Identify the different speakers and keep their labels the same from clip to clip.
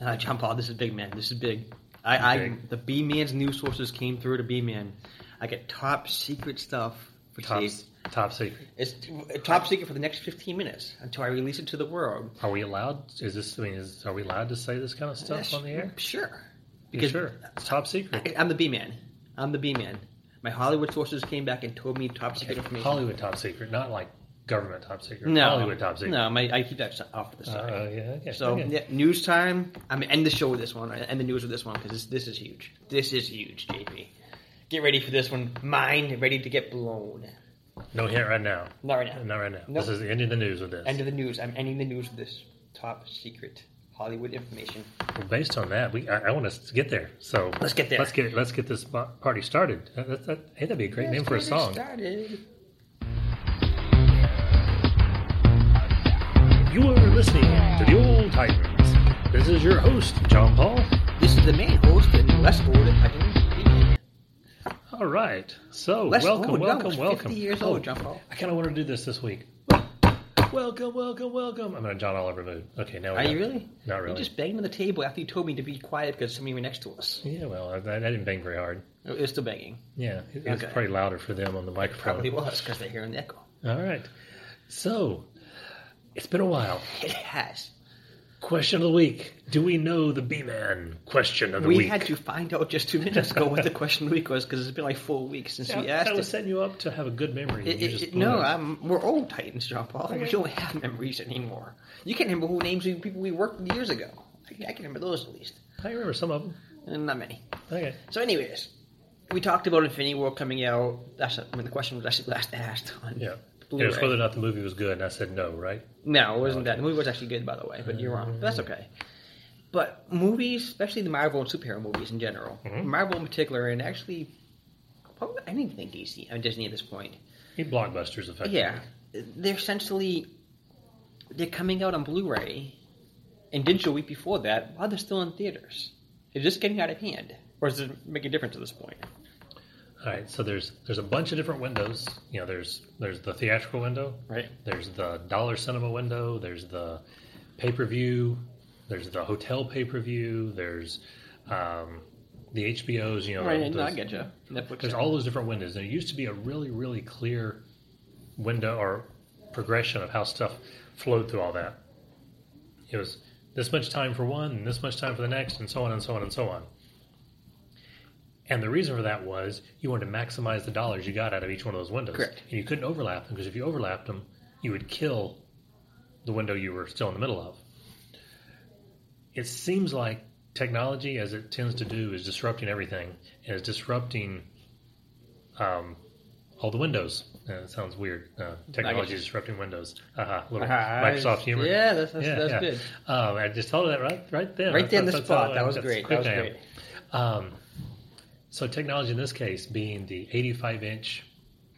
Speaker 1: Uh, John Paul, this is big, man. This is big. I, I
Speaker 2: Big.
Speaker 1: the B Man's news sources came through to B Man. I get top secret stuff for
Speaker 2: Top,
Speaker 1: Steve.
Speaker 2: top secret.
Speaker 1: It's uh, top secret for the next fifteen minutes until I release it to the world.
Speaker 2: Are we allowed? Is this? I mean, is, are we allowed to say this kind of stuff
Speaker 1: Yes,
Speaker 2: on the air?
Speaker 1: Sure. Because-
Speaker 2: Because sure, it's top secret.
Speaker 1: I- I'm the B man. I'm the B man. My Hollywood sources came back and told me top secret information.
Speaker 2: Hollywood top secret, not like government top secret.
Speaker 1: no,
Speaker 2: Hollywood top secret.
Speaker 1: No, my, I keep that s- off to the
Speaker 2: Uh,
Speaker 1: side.
Speaker 2: yeah, okay.
Speaker 1: so
Speaker 2: okay.
Speaker 1: yeah, news time. I'm gonna end the show with this one. I end the news with this one because this, this is huge. This is huge, JP. Get ready for this one. Mine ready to get blown.
Speaker 2: no hint right now.
Speaker 1: Not right now.
Speaker 2: Not right now.
Speaker 1: Nope.
Speaker 2: This is the end of the news with this.
Speaker 1: End of the news. I'm ending the news with this top secret Hollywood information.
Speaker 2: Well, based on that, we I, I want us to get there. So
Speaker 1: Let's get there.
Speaker 2: Let's get let's get this pa- party started. That, that, that, hey, that'd be a great name for a
Speaker 1: Let's get it
Speaker 2: song.
Speaker 1: Started.
Speaker 2: You are listening to the Old Titans. This is your host, John Paul.
Speaker 1: This is the main host and less old. I think.
Speaker 2: All right. So
Speaker 1: Less
Speaker 2: welcome,
Speaker 1: old.
Speaker 2: welcome,
Speaker 1: no,
Speaker 2: welcome.
Speaker 1: Fifty years
Speaker 2: Oh,
Speaker 1: old, John Paul.
Speaker 2: I kind of want to do this this week. Welcome, welcome, welcome. I'm in a John Oliver mood. Okay, now we
Speaker 1: Are
Speaker 2: got-
Speaker 1: you really?
Speaker 2: Not really.
Speaker 1: You just banged on the table after you told me to be quiet because somebody were next to us.
Speaker 2: Yeah, well, I, I didn't bang very hard.
Speaker 1: It was still banging.
Speaker 2: Yeah, it, it's
Speaker 1: Okay.
Speaker 2: probably louder for them on the microphone.
Speaker 1: Probably was because they're hearing the echo.
Speaker 2: All right. So, it's been a while.
Speaker 1: It has.
Speaker 2: Question of the week. Do we know the B Man question of the
Speaker 1: we
Speaker 2: week?
Speaker 1: had to find out just two minutes ago what the question of the week was because it's been like four weeks since
Speaker 2: I,
Speaker 1: we
Speaker 2: I
Speaker 1: asked
Speaker 2: was
Speaker 1: it.
Speaker 2: setting you up to have a good memory.
Speaker 1: It-
Speaker 2: You
Speaker 1: it-
Speaker 2: just
Speaker 1: it-
Speaker 2: blew
Speaker 1: no,
Speaker 2: it.
Speaker 1: I'm, we're old Titans, John Paul. We
Speaker 2: Okay.
Speaker 1: don't have memories anymore. You can't remember who names of people we worked with years ago. I, I can remember those at least,
Speaker 2: I remember some of them.
Speaker 1: and not many.
Speaker 2: Okay.
Speaker 1: So, anyways, we talked about Infinity War coming out. That's I mean, the question was actually last asked on.
Speaker 2: Yeah. It
Speaker 1: Blu-ray.
Speaker 2: was whether or not the movie was good, and I said no, right?
Speaker 1: No, it wasn't that. The movie was actually good, by the way, but you're wrong. But that's
Speaker 2: Mm-hmm.
Speaker 1: okay. But movies, especially the Marvel and superhero movies in general,
Speaker 2: Mhm.
Speaker 1: Marvel in particular, and actually, probably I don't even think DC, I mean, Disney at this point.
Speaker 2: He blockbusters effectively.
Speaker 1: Yeah, they're essentially they're coming out on Blu-ray and digital week before that while they're still in theaters. It's just getting out of hand, or does it make a difference at this point?
Speaker 2: All right. So there's there's a bunch of different windows. You know, there's there's the theatrical window.
Speaker 1: Right.
Speaker 2: There's the dollar cinema window. There's the pay per view. There's the hotel pay per view. There's um, the HBOs. You know,
Speaker 1: Right. No, I
Speaker 2: those-
Speaker 1: get you. Netflix.
Speaker 2: There's all those different windows. There used to be a really, really clear window or progression of how stuff flowed through all that. It was this much time for one, and this much time for the next, and so on and so on and so on. And the reason for that was you wanted to maximize the dollars you got out of each one of those windows.
Speaker 1: Correct.
Speaker 2: And you couldn't overlap them because if you overlapped them, you would kill the window you were still in the middle of. It seems like technology, as it tends to do, is disrupting everything and is disrupting um, all the windows. Uh, it sounds weird. Uh, technology is disrupting windows. Uh-huh, little Microsoft humor.
Speaker 1: Yeah, that's that's,
Speaker 2: Yeah,
Speaker 1: that's
Speaker 2: yeah.
Speaker 1: good.
Speaker 2: Um, I just thought of that right, right there.
Speaker 1: Right there in the
Speaker 2: That's- that's how-
Speaker 1: spot. That was
Speaker 2: that's
Speaker 1: great.
Speaker 2: quick
Speaker 1: That was
Speaker 2: I am.
Speaker 1: great.
Speaker 2: Um, so technology in this case being the 85 inch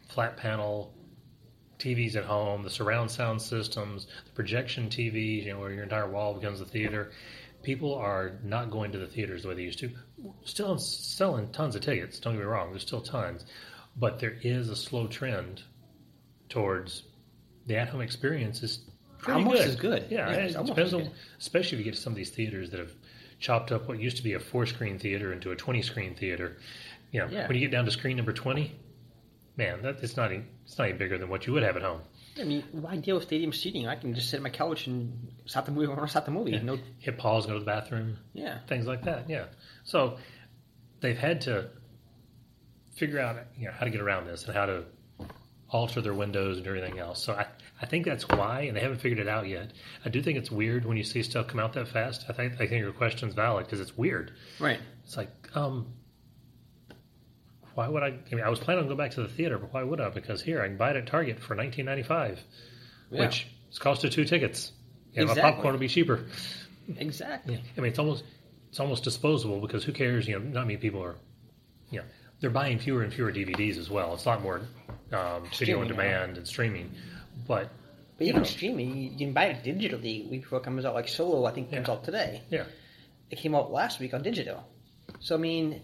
Speaker 2: flat panel TVs at home, the surround sound systems, the projection TVs, you know, where your entire wall becomes a theater. People are not going to the theaters the way they used to. Still selling tons of tickets. Don't get me wrong, there's still tons, but there is a slow trend towards the at home experience is pretty
Speaker 1: Almost
Speaker 2: good.
Speaker 1: as good.
Speaker 2: Yeah,
Speaker 1: Yeah,
Speaker 2: it
Speaker 1: it's almost as
Speaker 2: depends on,
Speaker 1: good.
Speaker 2: especially if you get to some of these theaters that have chopped up what used to be a four screen theater into a 20 screen theater. You know,
Speaker 1: Yeah.
Speaker 2: when you get down to screen number 20, man, that it's not, e- it's not even bigger than what you would have at home.
Speaker 1: I mean, why deal with stadium seating? I can just sit on my couch and stop the movie when I want to stop the movie. No,
Speaker 2: Hit pause, go to the bathroom,
Speaker 1: yeah,
Speaker 2: things like that. Yeah. So they've had to figure out you know how to get around this and how to alter their windows and everything else. So I, I think that's why, and they haven't figured it out yet. I do think it's weird when you see stuff come out that fast. I think I think your question's valid because it's weird.
Speaker 1: right.
Speaker 2: It's like, um, why would I? I mean, I was planning on going back to the theater, but why would I? Because here I can buy it at Target for nineteen ninety five,
Speaker 1: Yeah.
Speaker 2: which is cost of two tickets. Yeah, my
Speaker 1: Exactly.
Speaker 2: popcorn will be cheaper.
Speaker 1: exactly.
Speaker 2: Yeah. I mean, it's almost it's almost disposable because who cares? You know, not many people are. You know, they're buying fewer and fewer DVDs as well. It's a lot more um, video on
Speaker 1: Streaming now.
Speaker 2: demand and streaming, but
Speaker 1: But
Speaker 2: You
Speaker 1: even
Speaker 2: know.
Speaker 1: streaming, you can buy it digitally. Week before it comes out, like Solo, I think comes
Speaker 2: Yeah.
Speaker 1: out today.
Speaker 2: Yeah.
Speaker 1: it came out last week on digital. So I mean,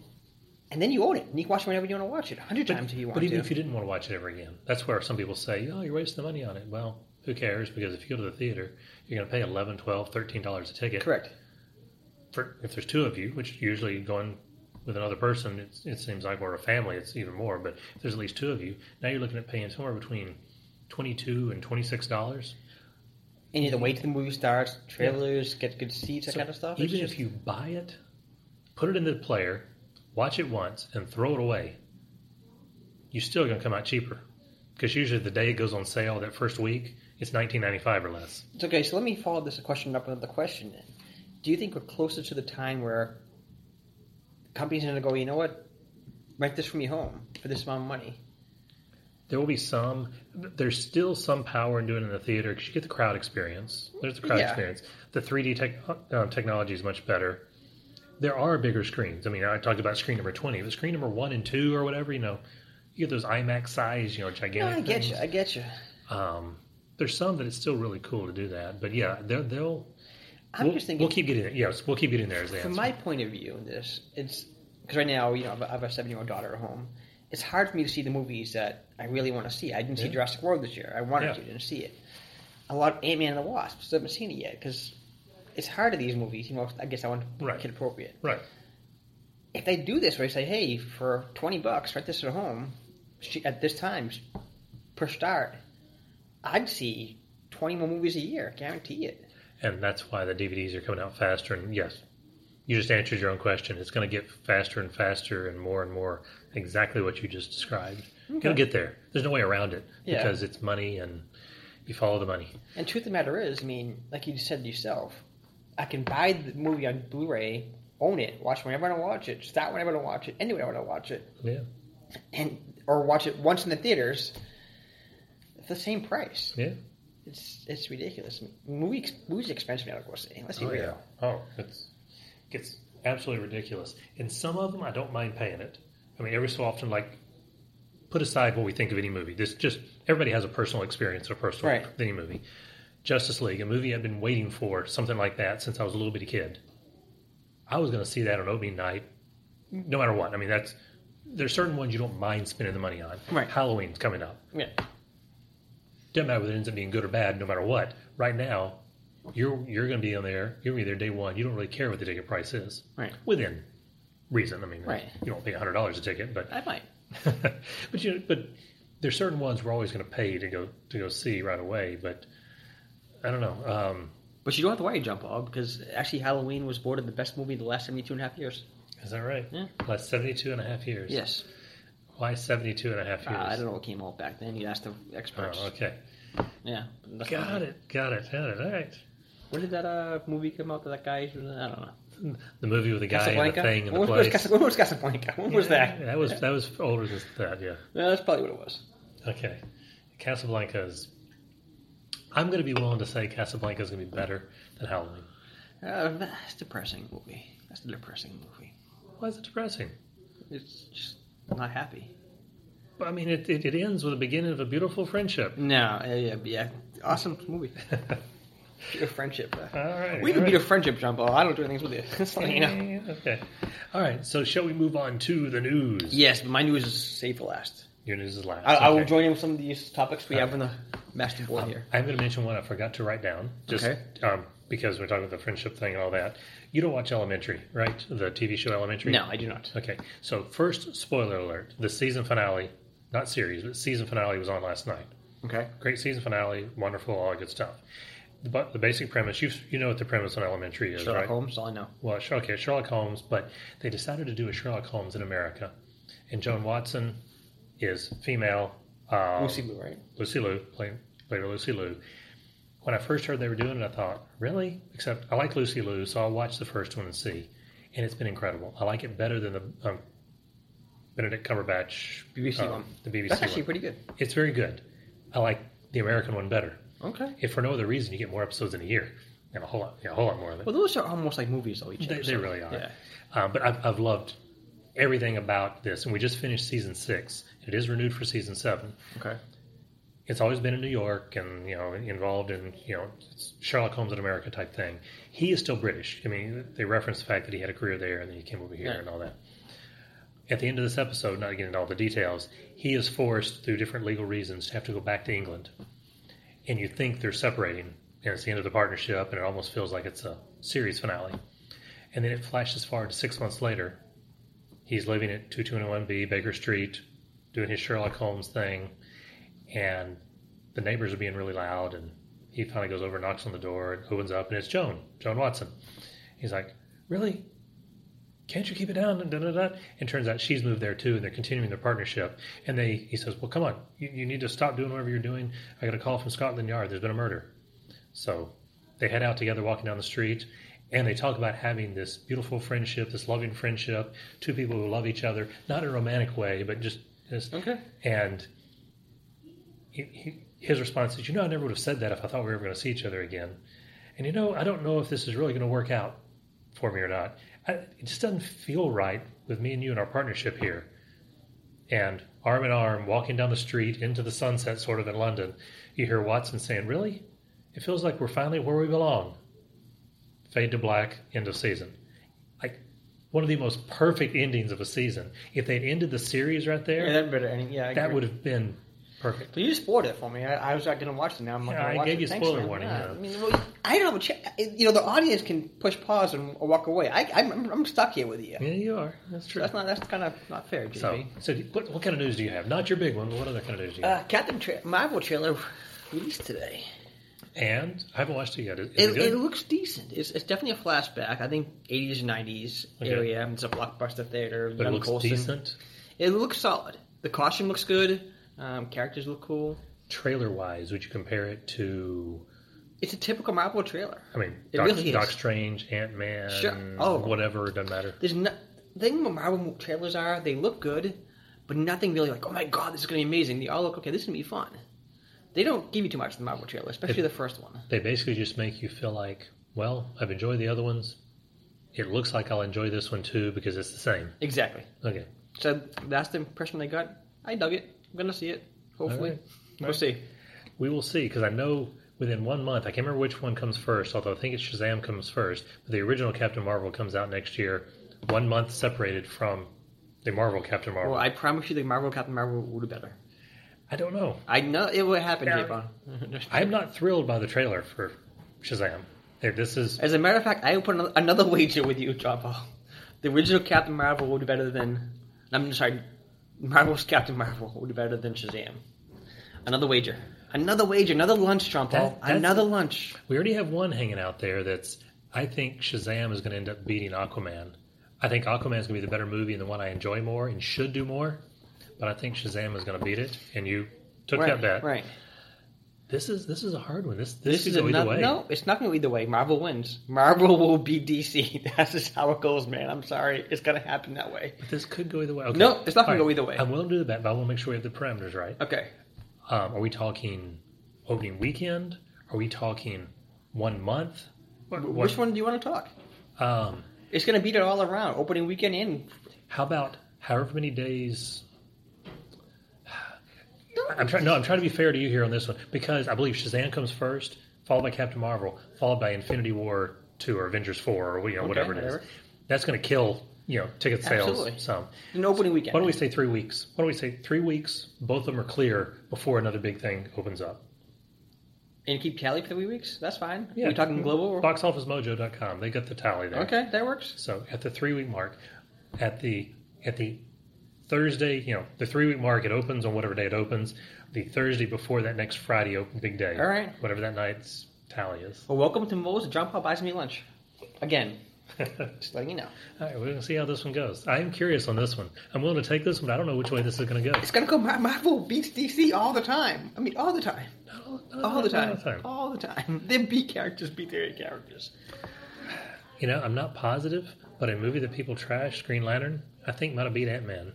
Speaker 1: and then you own it, and you can watch it whenever you want to watch it, a hundred times if you want
Speaker 2: But even
Speaker 1: to.
Speaker 2: if you didn't want to watch it ever again, that's where some people say, "Oh, you're wasting the money on it." Well, who cares? Because if you go to the theater, you're going to pay 11 12 13 dollars a ticket.
Speaker 1: Correct.
Speaker 2: for if there's two of you, which usually going with another person, it's, it seems like or a family, it's even more. But if there's at least two of you, now you're looking at paying somewhere between twenty-two and twenty-six dollars.
Speaker 1: And you have to wait till the movie starts, trailers, get good seats, that
Speaker 2: So
Speaker 1: kind of stuff. It's
Speaker 2: Even
Speaker 1: just-
Speaker 2: if you buy it, put it into the player, watch it once, and throw it away, you're still going to come out cheaper. Because usually the day it goes on sale, that first week, it's 19.95 or less.
Speaker 1: It's okay, so let me follow this question up with another question. then. Do you think we're closer to the time where companies are going to go, you know what, rent this from your home for this amount of money?
Speaker 2: There will be some. There's still some power in doing it in the theater because you get the crowd experience. There's the crowd
Speaker 1: Yeah.
Speaker 2: experience. The 3D tech, uh, technology is much better. There are bigger screens. I mean, I talked about screen number 20, but screen number one and two or whatever, you know, you get those IMAX size, you know,
Speaker 1: Yeah,
Speaker 2: gigantic.
Speaker 1: I get
Speaker 2: things.
Speaker 1: you, I get you.
Speaker 2: Um, there's some that it's still really cool to do that, but yeah, they'll. they'll
Speaker 1: I'm
Speaker 2: we'll,
Speaker 1: just thinking,
Speaker 2: we'll keep getting it. Yes, we'll keep getting there as the answer.
Speaker 1: from my point of view, in this, it's because right now, you know, I have a- I have a seven year old daughter at home. It's hard for me to see the movies that I really want to see. I didn't see
Speaker 2: Yeah.
Speaker 1: Jurassic World this year. I wanted
Speaker 2: Yeah.
Speaker 1: to, didn't see it. A lot of Ant Man and the Wasp, still haven't seen it yet because it's hard to these movies. You know, I guess I want
Speaker 2: Right.
Speaker 1: kid appropriate.
Speaker 2: right.
Speaker 1: if they do this, where they say, "Hey, for twenty bucks, rent this at home sh- at this time sh- per start," I'd see twenty more movies a year, guarantee it.
Speaker 2: And that's why the DVDs are coming out faster. And yes, you just answered your own question. It's going to get faster and faster and more and more exactly what you just described.
Speaker 1: Okay.
Speaker 2: It'll get there. There's no way around it
Speaker 1: Yeah.
Speaker 2: because it's money and you follow the money.
Speaker 1: And truth of the matter is, I mean, like you said yourself, I can buy the movie on Blu-ray, own it, watch whenever I want to watch it, start whenever I want to watch it, end when I want to watch it,
Speaker 2: Yeah.
Speaker 1: and or watch it once in the theaters. at The same price.
Speaker 2: Yeah.
Speaker 1: It's it's ridiculous. I mean, movie movies are expensive now, of course. Let's be
Speaker 2: Oh,
Speaker 1: real.
Speaker 2: yeah. Oh, it's gets absolutely ridiculous. And some of them, I don't mind paying it. I mean, every so often, like put aside what we think of any movie. This just everybody has a personal experience or personal
Speaker 1: Right.
Speaker 2: with any movie. Justice League, a movie I've been waiting for, something like that since I was a little bitty kid. I was going to see that on opening night, no matter what. I mean, that's there's certain ones you don't mind spending the money on.
Speaker 1: Right.
Speaker 2: Halloween's coming up.
Speaker 1: Yeah.
Speaker 2: Doesn't matter whether it ends up being good or bad, no matter what. Right now, you're you're going to be on there. You're going to be there day one. You don't really care what the ticket price is,
Speaker 1: Right.
Speaker 2: Within reason. I mean,
Speaker 1: Right.
Speaker 2: you don't pay hundred dollars a ticket, but
Speaker 1: I might.
Speaker 2: but you but there's certain ones we're always going to pay to go to go see right away. But I don't know. Um,
Speaker 1: But you don't have to worry, John Paul, because actually Halloween was voted the best movie in the last 72 and a half years.
Speaker 2: is that right?
Speaker 1: Yeah.
Speaker 2: Last 72 and a half years.
Speaker 1: Yes.
Speaker 2: Why 72 and a half
Speaker 1: Uh,
Speaker 2: years?
Speaker 1: I don't know what came out back then. You asked the experts.
Speaker 2: Oh, okay.
Speaker 1: Yeah. That's
Speaker 2: Got
Speaker 1: not-
Speaker 2: it. Got it. Got it. All right.
Speaker 1: When did that uh, movie come out that that guy, I don't know.
Speaker 2: The movie with the guy and the thing and the
Speaker 1: when,
Speaker 2: place.
Speaker 1: was Casa- when was Casablanca? When was that?
Speaker 2: That was that was older than that. Yeah.
Speaker 1: Yeah, that's probably what it was.
Speaker 2: Okay. Casablanca is. I'm going to be willing to say Casablanca is going to be better than Halloween.
Speaker 1: Uh, that's a depressing movie. That's a depressing movie.
Speaker 2: Why is it depressing?
Speaker 1: It's just not happy.
Speaker 2: Well, I mean, it, it, it ends with the beginning of a beautiful friendship.
Speaker 1: No, uh, yeah, yeah. Awesome movie.
Speaker 2: all
Speaker 1: Pure friendship. uh.
Speaker 2: right.
Speaker 1: we
Speaker 2: all
Speaker 1: can
Speaker 2: right.
Speaker 1: beat a friendship, John Paul. I don't do anything with it. That's all you know.
Speaker 2: Okay. All right. So, shall we move on to the news?
Speaker 1: Yes, but my news is safe for last.
Speaker 2: Your news is last.
Speaker 1: I, I will
Speaker 2: Okay.
Speaker 1: join in with some of these topics we have on the master board
Speaker 2: Um,
Speaker 1: here.
Speaker 2: I'm going to mention one I forgot to write down, just
Speaker 1: Okay.
Speaker 2: um, because we're talking about the friendship thing and all that. You don't watch Elementary, right? The TV show Elementary.
Speaker 1: No, I do not.
Speaker 2: Okay, so first spoiler alert: the season finale, not series, but season finale was on last night.
Speaker 1: Okay.
Speaker 2: Great season finale, wonderful, all that good stuff. But the basic premise, you you know what the premise on Elementary is,
Speaker 1: Sherlock
Speaker 2: right?
Speaker 1: Holmes, all I know.
Speaker 2: Well, Sher- okay, Sherlock Holmes, but they decided to do a Sherlock Holmes in America, and Joan Watson is female. Um,
Speaker 1: Lucy Liu, right?
Speaker 2: Lucy Liu, played, played by Lucy Liu. When I first heard they were doing it, I thought, really? Except I like Lucy Liu, so I'll watch the first one and see. And it's been incredible. I like it better than the um, Benedict Cumberbatch
Speaker 1: BBC
Speaker 2: uh,
Speaker 1: one.
Speaker 2: The BBC
Speaker 1: That's actually
Speaker 2: one.
Speaker 1: pretty good.
Speaker 2: It's very good. I like the American one better.
Speaker 1: Okay.
Speaker 2: If for no other reason, you get more episodes in a year and a whole lot, yeah, a whole lot more of it.
Speaker 1: Well, those are almost like movies, though, each
Speaker 2: They, they
Speaker 1: episode.
Speaker 2: really are.
Speaker 1: Yeah.
Speaker 2: Um, but I've, I've loved everything about this. And we just finished season six. It is renewed for season seven
Speaker 1: Okay.
Speaker 2: it's always been in New York and you know involved in you know it's Sherlock Holmes in America type thing. He is still British. I mean, they reference the fact that he had a career there and then he came over here
Speaker 1: Yeah.
Speaker 2: and all that. At the end of this episode, not getting into all the details, he is forced through different legal reasons to have to go back to England. And you think they're separating, and it's the end of the partnership, and it almost feels like it's a series finale. and then it flashes forward to six months later. He's living at 2201B Baker Street, doing his Sherlock Holmes thing, and the neighbors are being really loud. And he finally goes over, knocks on the door, and opens up, and it's Joan, Joan Watson. He's like, "Really? Can't you keep it down?" And da da da. And turns out she's moved there too, and they're continuing their partnership. And they, he says, "Well, come on, you, you need to stop doing whatever you're doing. I got a call from Scotland Yard. There's been a murder." So they head out together, walking down the street, and they talk about having this beautiful friendship, this loving friendship, two people who love each other, not in a romantic way, but just, just
Speaker 1: Okay.
Speaker 2: and he, he, his response is, you know, I never would have said that if I thought we were ever going to see each other again. And you know, I don't know if this is really going to work out for me or not. I, it just doesn't feel right with me and you and our partnership here. And arm in arm, walking down the street into the sunset, sort of in London, you hear Watson saying, "Really? It feels like we're finally where we belong." Fade to black, end of season. Like one of the most perfect endings of a season. If they'd ended the series right there,
Speaker 1: Yeah, that better. ending. Yeah, I
Speaker 2: that
Speaker 1: agree.
Speaker 2: would have been perfect.
Speaker 1: But you spoiled it for me. I, I was not going to watch it. Now I'm not
Speaker 2: Yeah,
Speaker 1: going
Speaker 2: I
Speaker 1: to watch
Speaker 2: gave
Speaker 1: it.
Speaker 2: you
Speaker 1: Thanks,
Speaker 2: spoiler
Speaker 1: man.
Speaker 2: warning,
Speaker 1: Yeah,
Speaker 2: yeah.
Speaker 1: I mean, well, I don't have a ch- You know, the audience can push pause and walk away. I, I'm, I'm stuck here with you.
Speaker 2: Yeah, you are. That's
Speaker 1: So
Speaker 2: true.
Speaker 1: that's not. That's kind of not fair, JB.
Speaker 2: so, so do- what, what kind of news do you have? Not your big one, but what other kind of news do you have?
Speaker 1: Uh, Captain Tra- Marvel trailer released today.
Speaker 2: and I haven't watched it yet. Is, is it,
Speaker 1: It,
Speaker 2: good?
Speaker 1: it looks decent. It's, it's definitely a flashback. I think 80s, 90s
Speaker 2: Okay.
Speaker 1: area. It's a blockbuster theater.
Speaker 2: But it
Speaker 1: young
Speaker 2: looks
Speaker 1: Coulson.
Speaker 2: decent.
Speaker 1: It looks solid. The costume looks good. Um, characters look cool.
Speaker 2: Trailer wise, would you compare it to?
Speaker 1: It's a typical Marvel trailer.
Speaker 2: I mean,
Speaker 1: It
Speaker 2: Doc,
Speaker 1: really is.
Speaker 2: Doc Strange, Ant Man,
Speaker 1: Sure. Oh.
Speaker 2: whatever. It doesn't matter.
Speaker 1: There's no the thing with Marvel trailers are they look good, but nothing really like oh my god this is gonna be amazing. They all look okay. This is gonna be fun. They don't give you too much in the Marvel trailer, especially the first one.
Speaker 2: They basically just make you feel like, well, I've enjoyed the other ones. It looks like I'll enjoy this one too because it's the same.
Speaker 1: Exactly.
Speaker 2: Okay.
Speaker 1: So that's the impression I got. I dug it. I'm gonna see it. Hopefully,
Speaker 2: All right.
Speaker 1: we'll see.
Speaker 2: We will see because I know within one month. I can't remember which one comes first, although I think it's Shazam comes first. But the original Captain Marvel comes out next year, one month separated from the Marvel Captain Marvel.
Speaker 1: Well, I promise you, the Marvel Captain Marvel will do better.
Speaker 2: I don't know.
Speaker 1: I know it will happen,
Speaker 2: Yeah.
Speaker 1: J-Bone.
Speaker 2: I'm not thrilled by the trailer for Shazam. There- This is
Speaker 1: As a matter of fact, I will put another, another wager with you, John Paul. The original Captain Marvel would be better than. I'm sorry, Marvel's Captain Marvel would be better than Shazam. Another wager. Another wager. Another lunch, John Paul.
Speaker 2: That- that's-
Speaker 1: another lunch.
Speaker 2: we already have one hanging out there. That's I think Shazam is going to end up beating Aquaman. I think Aquaman is going to be the better movie and the one I enjoy more and should do more. But I think Shazam is going to beat it, and you took
Speaker 1: right,
Speaker 2: that bet.
Speaker 1: Right.
Speaker 2: This is this is a hard one. This
Speaker 1: This,
Speaker 2: this, could
Speaker 1: is
Speaker 2: go either
Speaker 1: another.
Speaker 2: way.
Speaker 1: No, it's not going to either way. Marvel wins. Marvel will be DC. That's just how it goes, man. I'm sorry. It's going to happen that way.
Speaker 2: This could go either way. Okay.
Speaker 1: No, it's not gonna
Speaker 2: All
Speaker 1: go either way.
Speaker 2: I'm willing to do that, but I want to make sure we have the parameters right.
Speaker 1: Okay.
Speaker 2: Um, are we talking opening weekend? Are we talking one month? What-
Speaker 1: Which one do you want to talk?
Speaker 2: Um,
Speaker 1: It's going to beat it all around. Opening weekend and.
Speaker 2: how about however many days? I'm trying. No, I'm trying to be fair to you here on this one because I believe Shazam comes first, followed by Captain Marvel, followed by Infinity War two or Avengers four or you know
Speaker 1: Okay,
Speaker 2: whatever it is.
Speaker 1: whatever.
Speaker 2: That's going to kill you know ticket sales
Speaker 1: Absolutely.
Speaker 2: some.
Speaker 1: An opening weekend.
Speaker 2: Why don't we say three weeks? Why don't we say three weeks? Both of them are clear before another big thing opens up.
Speaker 1: And keep tally for three weeks? That's fine. We're talking global? Or...
Speaker 2: BoxOfficeMojo.com. They got the tally there.
Speaker 1: Okay, that works.
Speaker 2: So at the three week mark, at the at the Thursday, you know, the three week mark, it opens on whatever day it opens. The Thursday before that next Friday open big day.
Speaker 1: All right.
Speaker 2: Whatever that night's tally is.
Speaker 1: Well, welcome to Moe's. John Paul buys me lunch. Again,
Speaker 2: All
Speaker 1: just letting you know.
Speaker 2: right, we're gonna see how this one goes. I am curious on this one. I'm willing to take this one. But I don't know which way this is gonna go.
Speaker 1: It's gonna go. Mar- Marvel beats DC all the time. I mean, all the time, all the time, all the time. Their B characters beat their A characters.
Speaker 2: You know, I'm not positive, but a movie that people trash, Green Lantern, I think might have beat Ant Man.